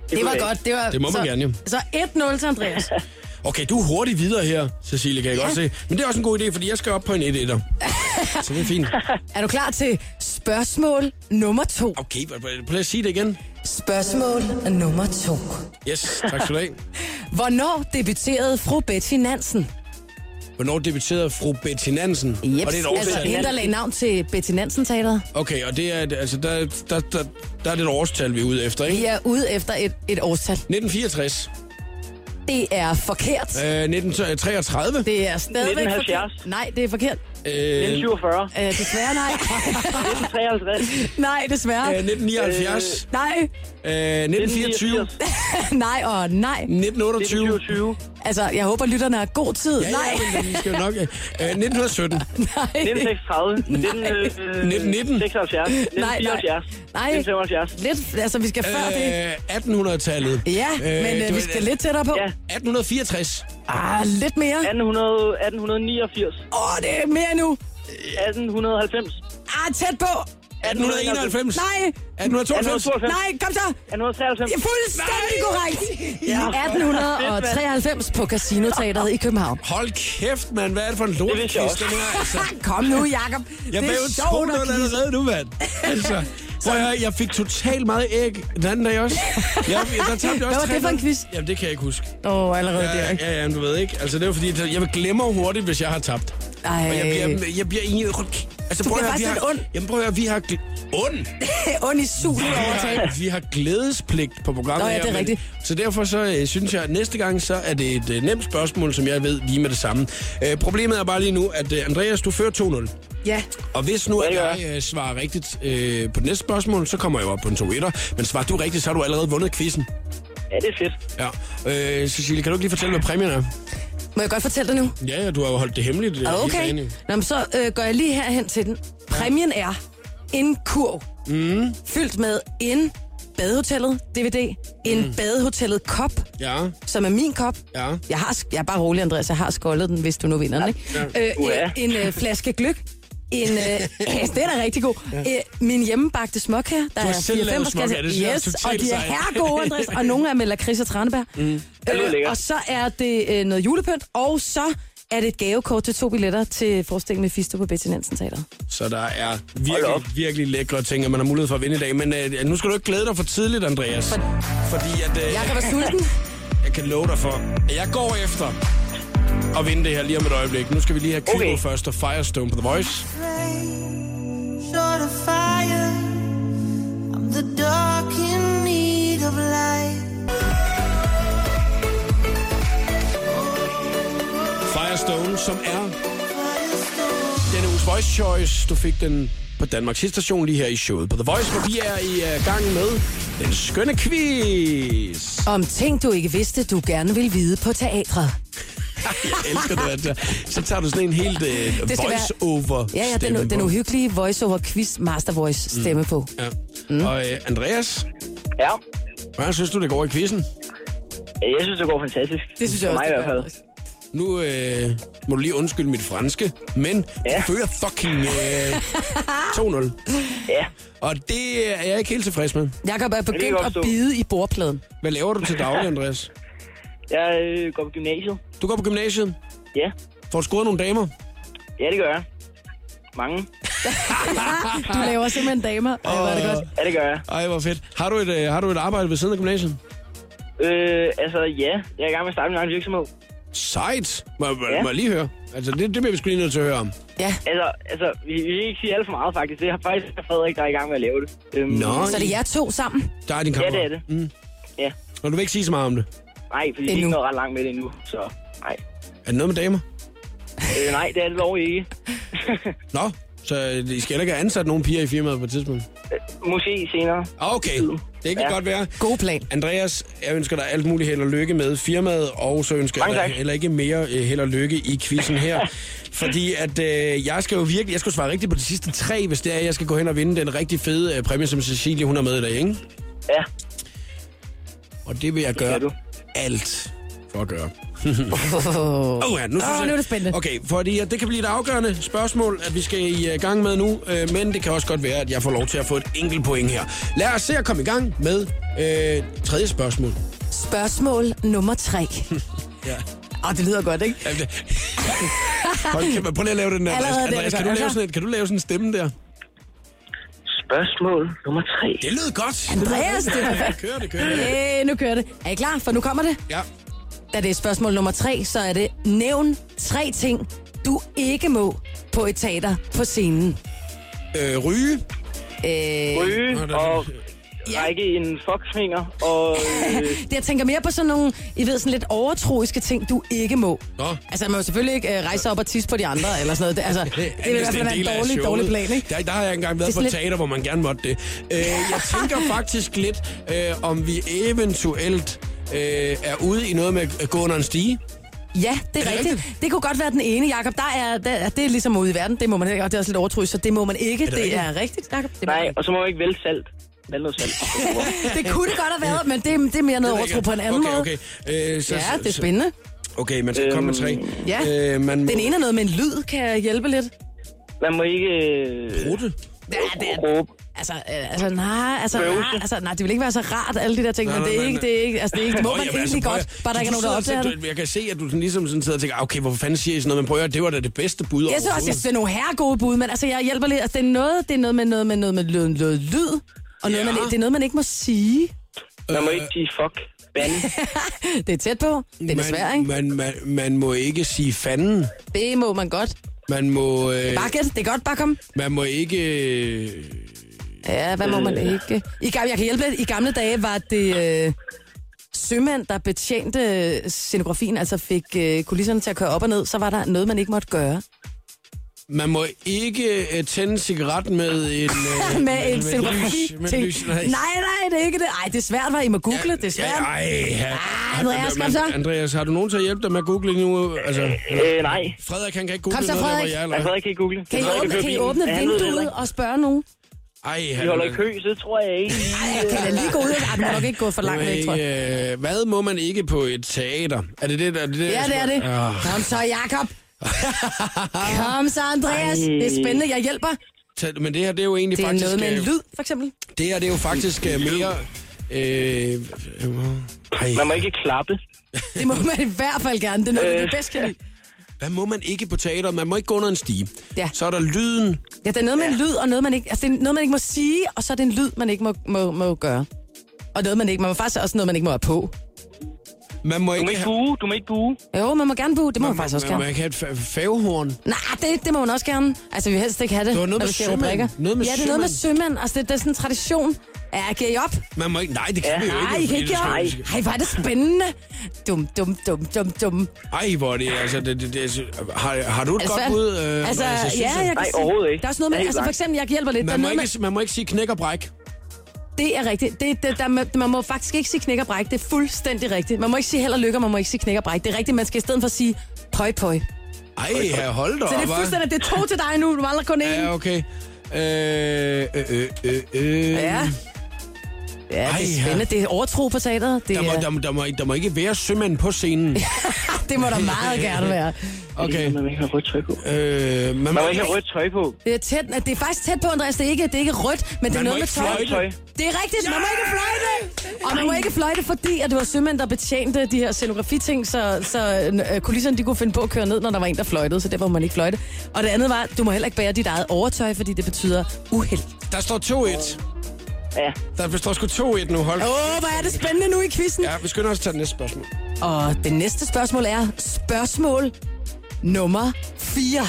det
kunne
var
jeg
godt. Det, var,
Det må man
så,
gerne, jo.
Så 1-0 til Andreas.
Okay, du er hurtigt videre her, Cecilie, kan jeg godt se. Men det er også en god idé, fordi jeg skal op på en 1-1'er. Så det er fint.
Er du klar til spørgsmål nummer to?
Okay, prøv- prøv- prøv at sige det igen.
Spørgsmål nummer to.
Yes, tak skal du have.
Hvornår debuterede fru Betty Nansen?
Hvornår debuterede fru Betty Nansen?
Jeps,
og det er et
altså
årstal.
hende, der lagde navn til Betty nansen teateret
Okay, og det er, et- altså, der, der, der, der er det et årstal, vi er ude efter, ikke?
Vi er ude efter et, et årstal.
1964.
Det er forkert.
Øh, 1933. Øh,
Det er stadigvæk
1970.
forkert. Nej, det er forkert.
Den 47.
Øh, desværre nej.
53.
nej, desværre.
øh, 1979.
Nej,
Øh, 1924.
1989.
nej og nej.
1928.
1927.
Altså, jeg håber, lytterne har god tid.
Ja,
nej,
ja, men vi skal jo nok... øh, øh, 1917.
nej.
1936. øh,
1919.
1976.
Nej, nej.
1974.
Nej.
1975.
Lidt, altså, vi skal før det.
Øh, 1800-tallet.
Ja, men
det
øh, vi
var-
skal lidt tættere på.
Ja.
1864.
Ah, lidt mere.
1800, 1889.
Åh, oh, det er mere nu.
1890.
Ah, tæt på.
1891.
Nej,
1892.
1892.
nej, kom så.
1893.
Det er fuldstændig korrekt. I
Ja.
1893 på Casinoteateret i København.
Hold kæft, mand. Hvad er det for en lort?
vidste jeg også.
den her, altså.
Kom nu, Jakob.
Jeg
det
blev
er
jo
sjovt
2
at quizze.
allerede nu, mand. Altså, prøv at høre, jeg fik totalt meget æg den anden dag også. Jeg, der tabte jeg også
Hvad var det for en
3-0.
quiz?
Jamen, det kan jeg ikke huske.
Åh, oh, allerede der,
Ja,
ikke?
ja, ja, men du ved ikke. Altså, det er jo fordi, at jeg glemmer hurtigt, hvis jeg har tabt.
Ej.
Og jeg bliver, jeg bliver egentlig... Altså,
Øh. Du
prøv at
bliver
høre, vi
faktisk
har,
lidt ond.
Jamen, prøv at høre, vi har... Gl- ond?
Ond i sugen over
Vi har- Vi har glædespligt på programmet
Nå ja, det er
her, men-
rigtigt.
Så derfor så øh, synes jeg, at næste gang, så er det et øh, nemt spørgsmål, som jeg ved lige med det samme. Øh, problemet er bare lige nu, at øh, Andreas, du fører 2-0.
Ja,
Og hvis nu at
Ja, ja.
jeg øh, svarer rigtigt øh, på det næste spørgsmål, så kommer jeg op på en 2 Men svarer du rigtigt, så har du allerede vundet quizzen.
Ja, det er fedt.
Ja. Øh, Cecilie, kan du ikke lige fortælle, hvad præmien er?
må jeg godt fortælle dig nu?
Ja, ja, du har jo holdt det hemmeligt. øh, hele
Ah, Okay.
dagen, ikke?
Nå, men så øh, går jeg lige herhen til den. Præmien er en kurv. Mm. Fyldt med en badehotellet DVD, en mm. badehotellet kop,
Ja,
som er min kop.
ja.
Jeg har, sk- jeg er bare rolig, Andreas, jeg har skoldet den, hvis du nu vinder den, ikke? Ja. Øh,
Uha.
en, en øh, flaske gløk. En, øh, altså, den er rigtig god. Ja. Øh, min hjemmebagte småkager, der
har
er
selv
4 5
lavet småkager, det synes jeg er
yes, og
totalt
de er
sejt.
herregode, Andreas, og nogle er med lakrids og tranebær. Mm.
Det lyder lækkert.
og så er det øh, noget julepynt, og så er det et gavekort til to billetter til forestillingen med Fisto på Betty Nansen Teateret.
Så der er
Hold op.
virkelig, virkelig lækre ting, at man har mulighed for at vinde i dag. Men øh, nu skal du ikke glæde dig for tidligt, Andreas. Fordi at, øh,
Jeg kan være sulten.
jeg kan love dig for, at jeg går efter at vinde det her lige om et øjeblik. Nu skal vi lige have Kygo
Okay.
først og Firestone på The Voice.
short of fire. I'm the dark in need of light.
Firestone, som er
Firestone.
denne uges Voice Choice. Du fik den på Danmarks Hitstation lige her i showet på The Voice, hvor vi er i øh, gang med den skønne quiz.
Om ting, du ikke vidste, du gerne ville vide på teatret.
Jeg elsker det, at der- så tager du sådan en helt øh,
Det skal være-
voice-over
Ja, ja, den, den uhyggelige voiceover quiz master voice stemme mm. på.
Ja. Mm. Og øh, Andreas,
Ja.
hvordan synes du, det går i quizzen?
Jeg synes, det går fantastisk. For mig i hvert fald.
Nu øh, må du lige undskylde mit franske, men ja.
Ja.
du fører fucking øh, 2-0.
Ja.
Og det er jeg ikke helt tilfreds med.
Jakob er
kan
begyndt
godt
at
stå.
bide i bordpladen.
Hvad laver du til daglig, Andreas?
Jeg øh, går på gymnasiet.
Du går på gymnasiet,
Ja.
får skåret nogle damer,
Ja, det gør jeg. Mange.
Du laver simpelthen damer. Ej, hvor er det godt.
Ja, det gør jeg.
Ej, hvor fedt. Har du et, øh, har du et arbejde ved siden af gymnasiet?
Øh, altså ja, jeg er i gang med at starte min egen virksomhed.
Sejt. Må, må,
Ja.
må jeg lige høre? Altså, det, det bliver vi sgu lige nødt til at høre om.
Ja,
Altså, altså vi, vi vil ikke sige alt for meget faktisk. Det er faktisk Frederik, der er i gang med at lave det. Øhm,
Nå,
så det er jer to sammen.
der er din
Ja,
kammerat.
det er det.
Mm.
Ja.
Og du vil ikke sige så meget om det.
Nej, fordi det er
Endnu.
ikke nået ret langt med det endnu, så nej.
Er det noget med damer?
Øh, nej, det er det dog ikke.
Nå, så øh, I skal heller ikke have ansat nogen piger i firmaet på et tidspunkt.
Måske senere.
Ah, Okay, det kan
Ja.
godt være.
God plan.
Andreas, jeg ønsker dig alt muligt held og lykke med firmaet, og så ønsker
Mange
jeg dig
tak.
heller ikke mere øh, held og lykke i quizzen her. fordi at øh, jeg skal jo virkelig, jeg skal svare rigtigt på de sidste tre, hvis det er, jeg skal gå hen og vinde den rigtig fede øh, præmie, som Cecilie hun har med i dag, ikke?
Ja,
Og det vil jeg
kan
gøre
du.
alt for at gøre.
Oh.
Oh, ja, nu, synes
Åh,
jeg-
nu er det spændende.
Okay, fordi at det kan blive et afgørende spørgsmål, at vi skal i øh, gang med nu, øh, men det kan også godt være, at jeg får lov til at få et enkelt point her. Lad os se at komme i gang med øh, tredje spørgsmål.
Spørgsmål nummer tre.
Ja.
Åh, det lyder godt, ikke?
Jamen, det- Hold kæft, man, prøv lige at lave den der.
Allerede
Andreas,
der,
Andreas,
det
kan, du lave
gør altså- jeg.
sådan, et, kan du lave sådan en stemme der?
Spørgsmål nummer tre.
Det lød godt.
Andreas, det er perfekt.
Kør det, kør det.
Yeah, Øh, nu kører det. Er I klar? For nu kommer det.
Ja.
Da det er spørgsmål nummer tre, så er det nævn tre ting, du ikke må på et teater på scenen.
Øh, ryge.
Øh,
Ryge
Nå, der-
og
Ja.
række en foxfinger og... Øh,
det, jeg tænker mere på sådan nogle, I ved, sådan lidt overtroiske ting, du ikke må.
Nå.
Altså, man må selvfølgelig ikke øh, rejse op og tisse på de andre, eller sådan noget. Det, altså, det, det vil i hvert fald være en
del af
dårlig,
showet.
dårlig plan, ikke?
Der, der har jeg engang
Det er
været på
sådan
et
lidt-
teater, hvor man gerne måtte det. Øh, jeg tænker faktisk lidt, øh, om vi eventuelt øh, er ude i noget med at gå under en stige.
Ja, det er,
det
rigtigt.
rigtigt?
Det kunne godt være den ene, Jakob. Der er, der, det er ligesom ude i verden. Det må man ikke, og det er også lidt overtryk, så det må man ikke. det
rigtigt?
er rigtigt, Jakob. Det, er
nej,
rigtigt.
og så må jeg ikke vælge salt. Vælge noget salt.
det kunne det godt have været, men det, det er mere noget overtro på en anden
okay,
måde.
okay. Øh, så,
Ja, det er
så-
spændende. Øhm,
Okay, man skal komme med tre.
Ja.
Øh, man må
Den ene er noget med en lyd, kan jeg hjælpe lidt.
Man må ikke... Øh,
bruge det.
Ja, det er,
råbe.
altså, øh, altså, nej, altså, nej,
Bøvse.
altså, nej, det vil ikke være så rart, alle de der ting,
Nej,
men det er
nej, nej,
ikke, det er ikke, altså, det er ikke, det må
Nå,
man
jamen, altså,
egentlig
prøv
godt,
at-
bare der ikke er
Du
nogen, der
sidder
opdager
og-
det.
du- Jeg kan se, at du sådan ligesom sådan sidder og tænker, "Ah, okay, hvorfor fanden siger I sådan noget, men prøver, det var da det bedste bud
Jeg synes også, jeg
overhovedet."
synes, det er nogle herre gode bud, men altså, jeg hjælper lidt. Altså, det er noget, det er noget med noget med noget med lyd, noget lyd og noget,
Ja.
man, det er noget, man ikke må sige.
Man må ikke sige fuck. Bande.
Det er tæt på. Det er desværre, ikke?
Man, man, man, man må ikke sige fanden.
Det må man godt.
Man må, øh,
Bare gæt, det er godt, bare kom.
man må ikke... øh,
Ja, hvad må man ikke? I gamle, jeg kan hjælpe lidt. I gamle dage var det øh, sømænd, der betjente scenografien, altså fik øh, kulisserne til at køre op og ned, så var der noget, man ikke måtte gøre.
Man må ikke øh, tænde cigaretten med en... Øh,
Med en scenografi
lys, med lys, nej.
Nej, nej, det er ikke det. Ej, det er svært, var I må google, det er
Ja,
svært.
ej, ja.
Andreas, kom så.
Andreas, har du nogen til at hjælpe dig med at google nu? Altså,
Øh, nej.
Frederik, han kan ikke google
Kom så,
noget, der, hvor
Frederik.
jeg er,
Jeg
eller
Frederik kan ikke google.
Kan I
Frederik
åbne,
kører
kan I
bilen.
åbne
Ja, han ved det heller
vinduet
ikke.
og spørge nogen?
Ej,
Altså, Vi holder i kø, så det tror jeg ikke.
Jeg kan da lige gå ud. Ej, den er nok ikke gået for langt væk, tror jeg.
jeg. Øh, hvad må man ikke på et teater? Er det det, der er det?
Ja, det er det.
Ah,
Kom så, Jakob. Kom så, Andreas. Det er spændende, jeg hjælper.
tag- men det her, det er jo egentlig
Det er
faktisk...
noget med en
øh,
lyd, for eksempel.
Det her, det er jo faktisk øh, mere... Øh, øh,
Man må
ej,
ikke klappe.
Det må man i hvert fald gerne. Det er noget, det bedst kan lide.
hvad må man ikke på teater? Man må ikke gå under en stige.
Ja.
Så er der lyden.
Ja, det er noget med en lyd, og noget, man ikke, altså, det er noget, man ikke må sige, og så er det en lyd, man ikke må, må, må gøre. Og noget, man ikke, man må faktisk også noget, man ikke må have på.
Man må
Du må
ikke
ikke
have,
buge. Du må ikke buge.
Jo, man må gerne bruge, det må man, faktisk også
man må
gerne.
ikke have et fa- favehorn.
Nej, det, det må man også gerne. Altså, vi vil helst ikke have det,
Det var noget
når
med
vi ser og
sømænd.
drikker.
Noget med
ja, det er noget med sømænd. Altså, det, det er sådan en tradition. Ja, giver I op?
Man må ikke... Nej, det kan
Ja.
vi jo ikke.
Nej, I kan
fordi
ikke
det
gøre.
skal-
Ej, hvor er det spændende. Dum, dum, dum, dum, dum.
Ej, hvor er det... Altså, det, det, det har, har du et
Er det
godt
svært?
bud?
altså,
Andreas? synes,
ja,
at-
jeg kan
Nej,
sige-
overhovedet ikke.
Der er også noget med,
Det er helt
altså for
blankt.
eksempel, jeg hjælper lidt. Der er
Man må,
noget med,
ikke, man må ikke sige knæk og bræk.
Det er rigtigt. Det, det, der, man, man må faktisk ikke sige knæk og bræk. Det er fuldstændig rigtigt. Man må ikke sige held og lykke, og man må ikke sige knæk og bræk. Det er rigtigt. Man skal i stedet for sige pøj pøj. Så
Ej, ja, hold da op,
det er
hva'?
fuldstændig, det er to til dig nu. Du mangler kun én.
Ja, okay. Øh, øh, øh, øh.
Ja. Ja,
Ej,
det
ja.
er spændende. Det er overtro på teateret. Det,
Der, må, der,
er, Ah,
må, der, må, der må ikke være sømænd på scenen.
det må der meget gerne være.
Okay.
Man må ikke have rødt tøj på.
Øh, man,
Man
må
må ikke have rødt tøj på.
Det er, tæt, det er faktisk tæt på, Andreas. Det er ikke, det er ikke rødt, men det er
Man må
noget med
ikke
tøj.
fløjte.
Tøj.
Det er rigtigt. Man må ikke fløjte. Og man må ikke fløjte, fordi at det var sømænd, der betjente de her scenografiting, så, så øh, kulisserne de kunne finde på at køre ned, når der var en, der fløjtede, så der var man ikke fløjte. Og det andet var, du må heller ikke bære dit eget overtøj, fordi det betyder uheld.
Der står 2-1.
Ja.
Der består sgu to i et nu, hold.
Åh, oh, hvor er det spændende nu i quizzen.
Ja, vi skynder os til det næste spørgsmål.
Og det næste spørgsmål er spørgsmål nummer 4.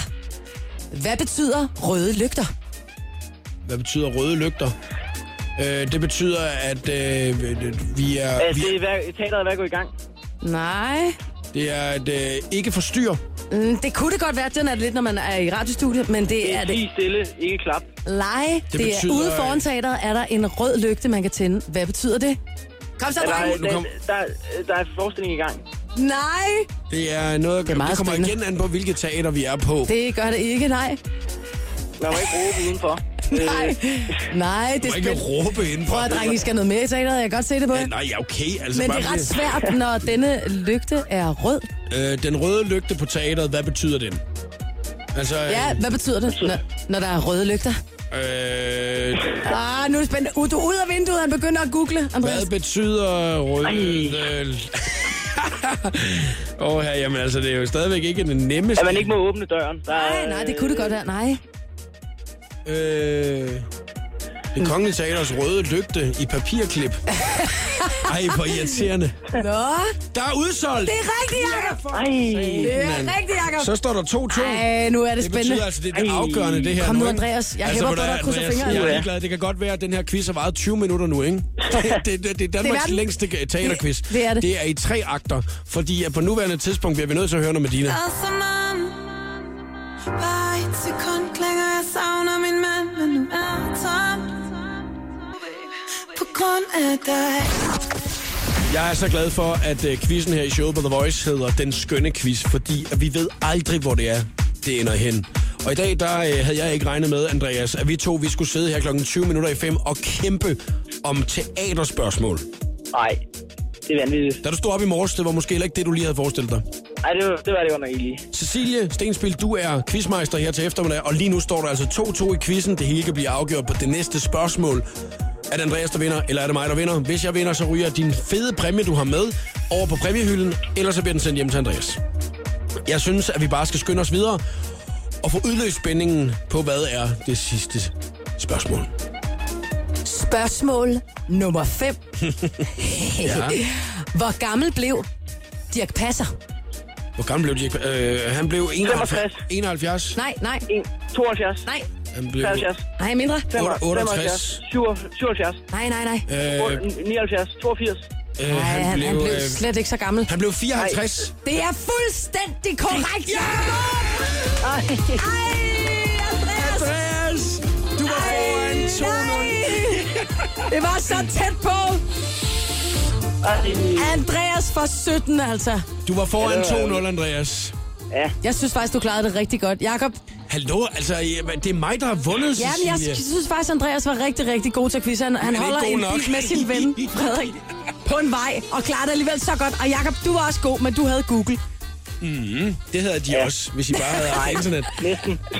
Hvad betyder røde lygter?
Hvad betyder røde lygter? Øh, det betyder, at øh, vi er...
Øh,
Vi
det
er
er hver, teateret er ved at gå i gang.
Nej.
det er at øh, ikke forstyrre.
Mm, det kunne det godt være, den er det lidt, når man er i radiostudiet, men det er det
Lige stille, ikke klap.
Lege. Det, det er
betyder,
ude foran
øh,
teateret, er der en rød lygte, man kan tænde. Hvad betyder det? Kom så,
Der,
drenge.
er,
nu
Altså, der,
kom-
der, der, er forestilling i gang.
Nej,
Det er noget, det,
meget
det kommer
spændende.
igen an på, hvilket teater vi er på. Det
det gør det ikke, nej.
Man må ikke råbe udenfor.
Nej,
Øh,
nej det
Øh. du må
er
ikke
spændende.
råbe indenfor.
Prøv at drenge, I skal noget mere i teateret, jeg kan godt se det på
Ja,
jer.
nej, ja, okay. Altså,
Men
bare
det er ret
fordi-
svært, når denne lygte er rød.
Øh, den røde lygte på teateret, hvad betyder den? Altså,
Ja, hvad betyder det, når, når der er røde lygter?
øh,
Ah, nu er det spændende. Uh, du er ude af vinduet, han begynder at google, Andreas.
hvad betyder røde... Åh, oh, her, jamen altså, det er jo stadigvæk ikke den nemmeste...
At man ikke må åbne døren. Der er,
Nej, nej, det kunne det godt være. Nej.
Øh, det kongelige teaters røde lygte i papirklip. Ej, hvor irriterende.
Nå,
Der er udsolgt!
det er rigtigt, Jacob.
Ej,
Det er rigtigt, Jacob.
Så står der 2-2.
Ej, nu er det
Det
spændende.
betyder altså, det er det afgørende, det her.
Kom nu,
ikke? Altså,
Andreas. Jeg hæpper
ved du
på dig
hvad,
og krydser
Andreas,
fingre.
Jeg er glad. Det kan godt være, at den her quiz har varet 20 minutter nu, ikke? Det, det, det er Danmarks
verden.
det er længste teaterquiz.
Det- det er det.
Det er i tre akter, fordi at på nuværende tidspunkt bliver vi nødt til at høre noget med Dina.
Lad som om Bare et sekund klinger jeg savner min mand Men nu er jeg tomt På grund af dig
Jeg er så glad for, at øh, quizzen her i showet på The Voice hedder Den Skønne Quiz, fordi at vi ved aldrig, hvor det er, det ender hen. Og i dag, der øh, havde jeg ikke regnet med, Andreas, at vi to vi skulle sidde her klokken 20 minutter i 5 og kæmpe om teaterspørgsmål.
nej. Det er vanvittigt.
Da du stod op i morges, det var måske heller ikke det, du lige havde forestillet dig.
Ej, det, var- det var det godt nok ikke lige.
Cecilie Stenspil, du er quizmeister her til eftermiddag, og lige nu står der altså 2-2 i quizzen. Det hele kan blive afgjort på det næste spørgsmål. Er det Andreas, der vinder, eller er det mig, der vinder? Hvis jeg vinder, så ryger din fede præmie, du har med, over på præmiehylden, eller så bliver den sendt hjem til Andreas. Jeg synes, at vi bare skal skynde os videre og få udløst spændingen på, hvad er det sidste spørgsmål.
Spørgsmål nummer 5.
Ja.
Hvor gammel blev Dirk Passer?
Hvor gammel blev Dirk? Øh, han blev 71.
65.
71.
Nej, nej,
1, 72,
nej.
Han blev
73,
Nej, mindre.
68.
75, 77,
Nej, nej, nej.
Øh,
79, 82.
øh,
Nej, han, han blev
øh,
slet ikke så gammel.
han blev 54.
Det er fuldstændig korrekt, Jacob!
Ej,
Ej, Andreas!
Andreas, du var foran 2-0.
Nej! Det var så tæt på!
ej.
Andreas for 17, altså.
Du var foran
Ja, det var
2-0, Andreas.
Jeg synes faktisk, du klarede det rigtig godt. Jakob,
Hallo, altså, jamen, det er mig, der har vundet,
ja, men jeg
Cecilie.
synes faktisk, Andreas var rigtig, rigtig god til at quizze. Han, han
ikke
holder
god
en
nok.
bil med sin ven, Frederik, på en vej, og klarer det alligevel så godt. Og Jakob, du var også god, men du havde Google.
Det havde de ja. også, hvis I bare havde haft internet.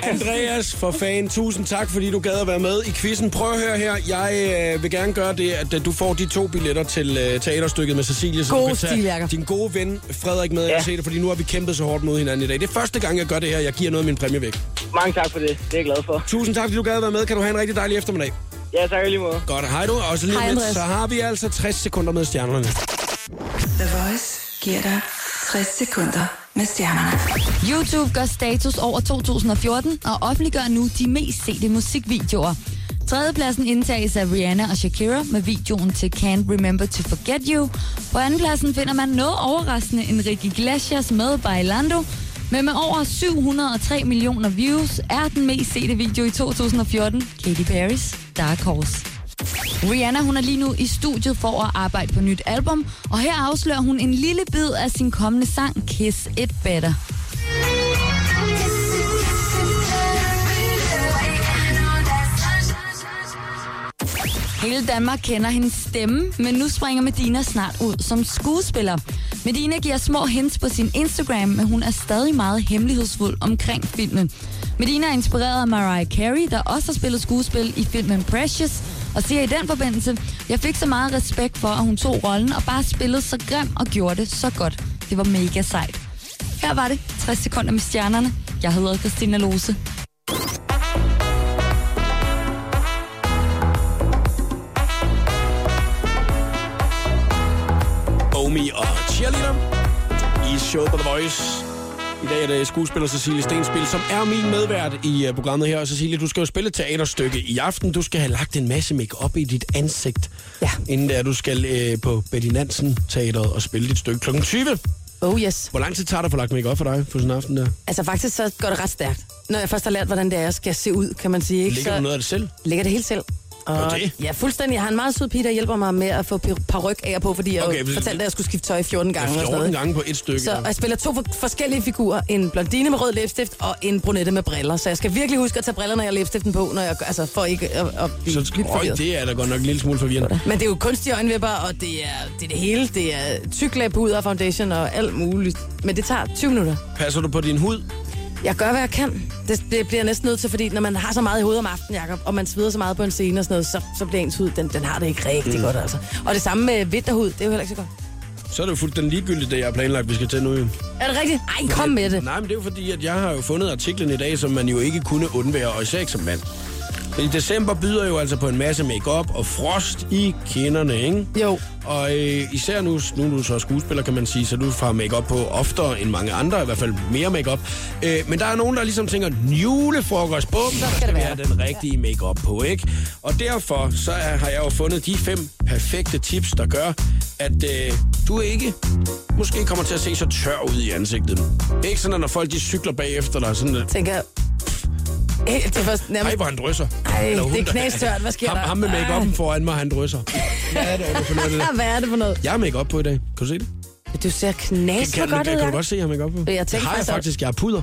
Andreas, for fan, tusind tak, fordi du gad at være med i quizzen. Prøv at høre her. Jeg øh, vil gerne gøre det, at øh, du får de to billetter til øh, teaterstykket med Cecilie. Så
God
du kan tage
stil, Jacob.
din gode ven Frederik med ja. se det, fordi nu har vi kæmpet så hårdt mod hinanden i dag. Det er første gang, jeg gør det her. Jeg giver noget af min præmie væk.
Mange tak for det. Det er jeg glad for.
Tusind tak, fordi du gad at være med. Kan du have en rigtig dejlig eftermiddag.
Ja, tak i lige måde.
Godt, hej du. Og så lige
Hej,
om lidt,
Andreas.
så har vi altså 60 sekunder med stjernerne.
The Voice giver dig 60 sekunder med stjernerne.
YouTube gør status over 2014 og offentliggør nu de mest sete musikvideoer. Tredjepladsen indtages af Rihanna og Shakira med videoen til Can't Remember to Forget You. På andenpladsen finder man noget overraskende Enrique Iglesias med Bailando. Men med over 703 millioner views er den mest sete video i 2014 Katy Perry's Dark Horse. Rihanna hun er lige nu i studiet for at arbejde på nyt album, og her afslører hun en lille bid af sin kommende sang Kiss It Better. Hele Danmark kender hendes stemme, men nu springer Medina snart ud som skuespiller. Medina giver små hints på sin Instagram, men hun er stadig meget hemmelighedsfuld omkring filmen. Medina er inspireret af Mariah Carey, der også har spillet skuespil i filmen Precious, og siger i den forbindelse, jeg fik så meget respekt for, at hun tog rollen og bare spillede så grim og gjorde det så godt. Det var mega sejt. Her var det 60 sekunder med stjernerne. Jeg hedder Christina Lose.
Romy og Cheerleader i showet på The Voice. I dag er det skuespiller Cecilie Stenspil, som er min medvært i øh, programmet her. Og Cecilie, du skal jo spille et teaterstykke i aften. Du skal have lagt en masse makeup i dit ansigt,
Ja.
inden der du skal øh, på Betty Nansen Teateret og spille dit stykke kl. 20.
Oh yes.
Hvor lang tid tager det at få lagt makeup for dig for sådan en aften der?
Altså faktisk så går det ret stærkt. Når jeg først har lært, hvordan det er, jeg skal se ud, kan man sige. Ikke?
Ligger
så
du noget af det selv?
Ligger det helt selv. Og
Okay.
Ja, fuldstændig. Jeg har en meget sød pige, der hjælper mig med at få paryk af og på, fordi jeg
Okay,
okay,
hvis-
fortalte, at jeg skulle skifte tøj 14 gange. og sådan noget,
14
ikke?
gange på et stykke.
Så og jeg spiller to for- forskellige figurer. En blondine med rød læbstift og en brunette med briller. Så jeg skal virkelig huske at tage brillerne og læbstiften på, når jeg, gør- altså, for ikke at, at blive
Så,
så, dybt
øj,
forvirret. Det...
det er da godt nok en lille smule forvirrende.
Men det er jo kunstige øjenvipper, og det er det, er det hele. Det er tyk lag på hud og foundation og alt muligt. Men det tager 20 minutter.
Passer du på din hud?
Jeg gør, hvad jeg kan. Det, det bliver jeg næsten nødt til, fordi når man har så meget i hovedet om aftenen, Jacob, og man sveder så meget på en scene og sådan noget, så, så bliver ens hud, den, den har det ikke rigtig mm. godt, altså. Og det samme med vinterhud, det er jo heller ikke så godt.
Så er det jo fuldt den ligegyldige, det jeg har planlagt, vi skal til nu. jo.
Er det rigtigt? Ej, kom med det.
Nej, men det er jo fordi, at jeg har jo fundet artiklen i dag, som man jo ikke kunne undvære, og især ikke som mand. I december byder jo altså på en masse makeup og frost i kinderne, ikke?
Jo.
Og øh, især nu, nu er du så skuespiller, kan man sige, så du får makeup på oftere end mange andre, i hvert fald mere makeup. Øh, men der er nogen, der ligesom tænker, julefrokost, bum, så skal det være den rigtige makeup på, ikke? Og derfor så er, har jeg jo fundet de fem perfekte tips, der gør, at øh, du ikke måske kommer til at se så tør ud i ansigtet. Ikke sådan, at når folk de cykler bagefter dig, sådan, øh,
Tænker jeg... Eh, det er først nærmest...
ej, hvor han drysser.
Ej,
Eller hun,
det er
der-
knastørt. Hvad sker
ham,
der?
Ham med make-up'en foran mig, han drysser. Hvad er det, er det for noget, det der?
Ah, hvad er det for noget?
Jeg har make-up på i dag. Kan du se det?
Du ser knas
kan,
for
kan,
godt
kan,
ud,
kan du
Jacob.
godt se, at jeg har makeup på?
Jeg tænkte
det har jeg
faktisk, at-
faktisk. Jeg har puder.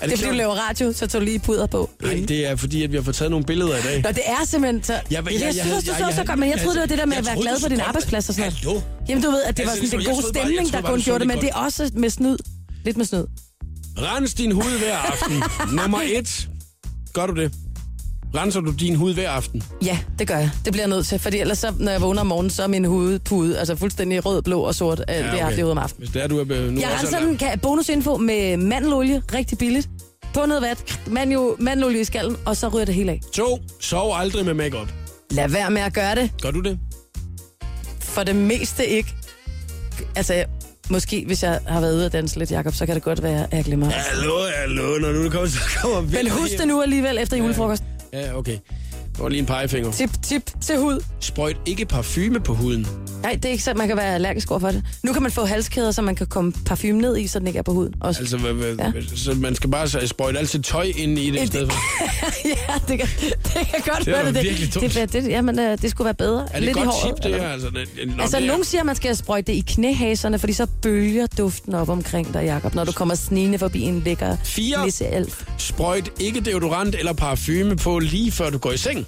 Er
Det er fordi, du
klart?
laver radio, så tog du lige puder på.
Nej, det er fordi, at vi har fået taget nogle billeder i dag.
Nå, det er simpelthen så... Jeg,
jeg- jeg- jeg-
synes, du
jeg-
så
jeg-
så godt, men Altså, jeg troede, det var det der med
jeg
at være
troede,
glad
du
for din
skulle-
arbejdsplads og sådan
Hallo?
noget. Jamen, du ved, at det var
Altså, ligesom,
sådan den
jeg
gode
troede bare- jeg
stemning,
troede
der
bare,
kun
du så
gjorde det,
det
men det er også med snyd. Lidt med snyd.
Rens din hud hver aften. Nummer et. Gør du det? Renser du din hud hver aften?
Ja, det gør jeg. Det bliver jeg nødt til, fordi ellers så, når jeg vågner om morgenen, så er min hudpude altså fuldstændig rød, blå og sort. Ja, okay. Det har jeg ud om aftenen.
Hvis det er, du er øh, nu
Jeg
også
renser
er-
den kan, bonusinfo med mandelolie, rigtig billigt. På noget vand, manjo, mandelolie i skallen, og så ryger det hele af.
To. Sov aldrig med makeup.
Lad være med at gøre det.
Gør du det?
For det meste ikke. Altså, måske hvis jeg har været ude at danse lidt, Jacob, så kan det godt være, at jeg glemmer. Ja.
Hallo, hallo. Når du kommer, så kommer vi.
Men husk det nu alligevel efter julefrokosten.
Ja, okay. Det var lige en pegefinger.
Tip, tip til hud.
Sprøjt ikke parfume på huden.
Nej, det er ikke så, man kan være allergisk over for det. Nu kan man få halskæder, så man kan komme parfume ned i, så den ikke er på huden. Også.
Altså, hvad, hvad,
Ja.
så man skal bare så- sprøjte altid tøj ind i det i
Et-
stedet for.
ja, det kan, det kan godt
Det var
være det.
virkelig
Det,
dumt.
det, det, det, jamen, øh, det skulle være bedre.
Er det et
lidt i
godt
håret,
tip, det
eller-
her? Altså, det, nå,
Altså,
det er-
nogen siger, at man skal sprøjte det i knæhaserne, fordi så bølger duften op omkring dig, Jacob, når du kommer snigende forbi en lækker
Fire.
nisseelf.
Sprøjt ikke deodorant eller parfume på lige før du går i seng.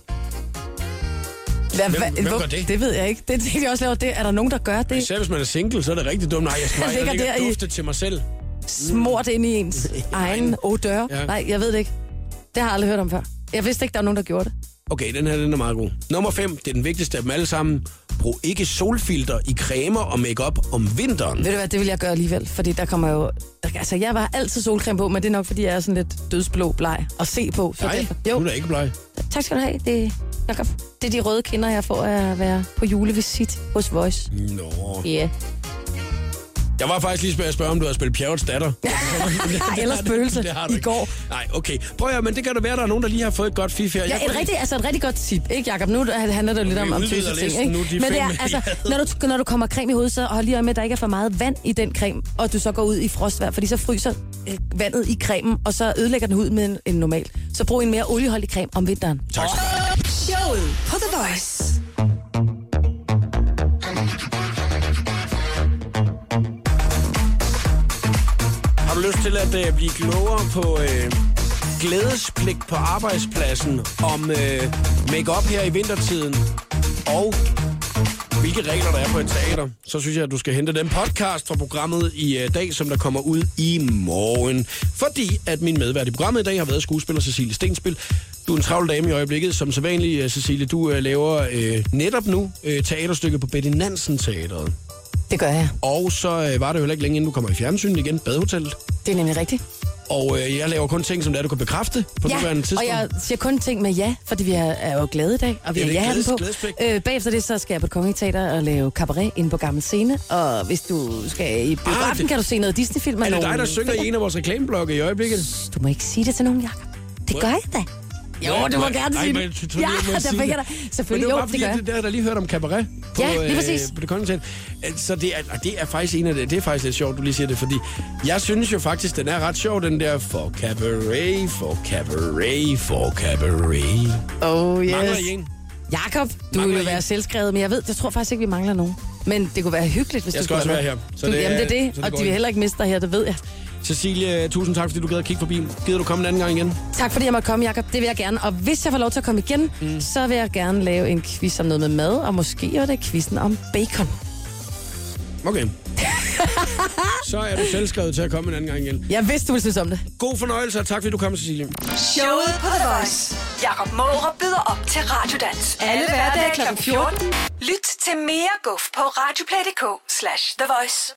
Hvad,
Hvem- hvem gør det? Altså,
Det ved jeg ikke. Det tænkte jeg også laver. Det, er der nogen, der gør det?
Selv hvis man er single, så er det rigtig dumt. Nej, jeg skal bare
Jeg ligger
jeg ligger
der i-
og dufte til mig selv.
Smurt ind i ens egen odør?
mm. Ja.
Ja. Nej, jeg ved det ikke. Det har jeg aldrig hørt om før. Jeg vidste ikke, der var nogen, der gjorde det.
Okay, den her den er meget god. Nummer 5, det er den vigtigste af dem alle sammen. Brug ikke solfilter i cremer og makeup om vinteren.
Ved du hvad, det vil jeg gøre alligevel, fordi der kommer jo... Der, altså, jeg var altid solcreme på, men det er nok, fordi jeg er sådan lidt dødsblå bleg at se på. Så
Nej,
derfor-
du
Jo,
er da ikke bleg.
tak skal du have. Det, Jacob, det er de røde kinder, jeg får af at være på julevisit hos Voice.
Nå.
Ja. Yeah.
Jeg var faktisk lige ved at spørge, om du havde spillet Pjerrets datter.
Eller spøgelse
Det har du
i
ikke.
går.
Nej, okay. Prøv at høre, men det kan da være, der er nogen, der lige har fået et godt fif her. Jeg
Ja,
kunne
et rigtig, altså et rigtig godt tip, ikke Jacob? Nu handler det jo lidt
vi
om, om
udvider
tøse
listen
ting, ikke?
nu, de
Men det er,
fem,
altså,
vi
når du, når du kommer creme i hovedet, så hold lige øje med, at der ikke er for meget vand i den creme, og du så går ud i frostvær, fordi så fryser øh, vandet i cremen, og så ødelægger den hud med en, en normal. Så brug en mere olieholdig creme om vinteren.
Tak skal du have.
Showet på The Voice.
Har du lyst til at øh, blive klogere på øh, glædespligt på arbejdspladsen, om øh, make-up her i vintertiden, og hvilke regler der er på et teater, så synes jeg, at du skal hente den podcast fra programmet i øh, dag, som der kommer ud i morgen. Fordi at min medvært i programmet i dag har været skuespiller Cecilie Stenspil. Du er en travl dame i øjeblikket, som sædvanlig, øh, Cecilie. Du øh, laver øh, netop nu øh, teaterstykke på Betty Nansen Teateret.
Det gør jeg.
Og så øh, var det jo heller ikke længe, inden du kommer i fjernsynet igen, Badehotellet.
Det er nemlig rigtigt.
Og øh, jeg laver kun ting, som det er, du kan bekræfte på ja, nuværende tidspunkt.
og jeg siger kun ting med ja, fordi vi er, er jo glade i dag, og vi
Ja,
har
det er
ja
glædes-
på.
glædespligt.
Øh, bagefter det, så skal jeg på det Kongelige Teater og lave cabaret inde på Gammel Scene, og hvis du skal i biografen, ah,
det-
det... kan du se noget Disney-film. og
Er det
nogle
dig, der synger i en af vores reklameblokke i øjeblikket?
Du må ikke sige det til nogen, Jacob. Det gør jeg da. Jo,
Nej,
du må
nej,
gerne
nej,
sige
men jeg
det.
tror, jeg må sige
der fik
det.
jeg da.
Men
Selvfølgelig,
det var bare
jo, det
fordi,
gør jeg.
det, der, der lige hørt om cabaret på, øh,
Ja, lige præcis.
på det kongelige Teater. Så det er, og det er faktisk en af det. Det er faktisk lidt sjovt, du lige siger det, fordi jeg synes jo faktisk, den er ret sjov, den der for cabaret, for cabaret, for cabaret.
Oh, yes.
Mangler I en?
Jakob, du
Mangler
vil jo
I
være
en?
selvskrevet, men jeg ved, jeg tror faktisk ikke, vi mangler nogen. Men det kunne være hyggeligt, hvis
Jeg
du
skal
kunne
også
have
være her, så
du,
det er-
jamen, det er
så
det,
det
og
går
de vil
ikke.
heller ikke miste dig her, det ved jeg.
Cecilie, tusind tak, fordi du gad at kigge forbi. Gider du komme en anden gang igen?
Tak fordi jeg måtte komme, Jakob. Det vil jeg gerne. Og hvis jeg får lov til at komme igen, mm. så vil jeg gerne lave en quiz om noget med mad, og måske var det quizzen om bacon.
Okay. Så er du selvskrevet til at komme en anden gang igen.
Jeg vidste, du ville synes om det.
God fornøjelse, og tak fordi du kom, Cecilie.
Showet på The Voice. Jakob Måre byder op til Radiodans. Alle hverdage kl. 14. Lyt til mere guf på radioplay.dk slash The Voice.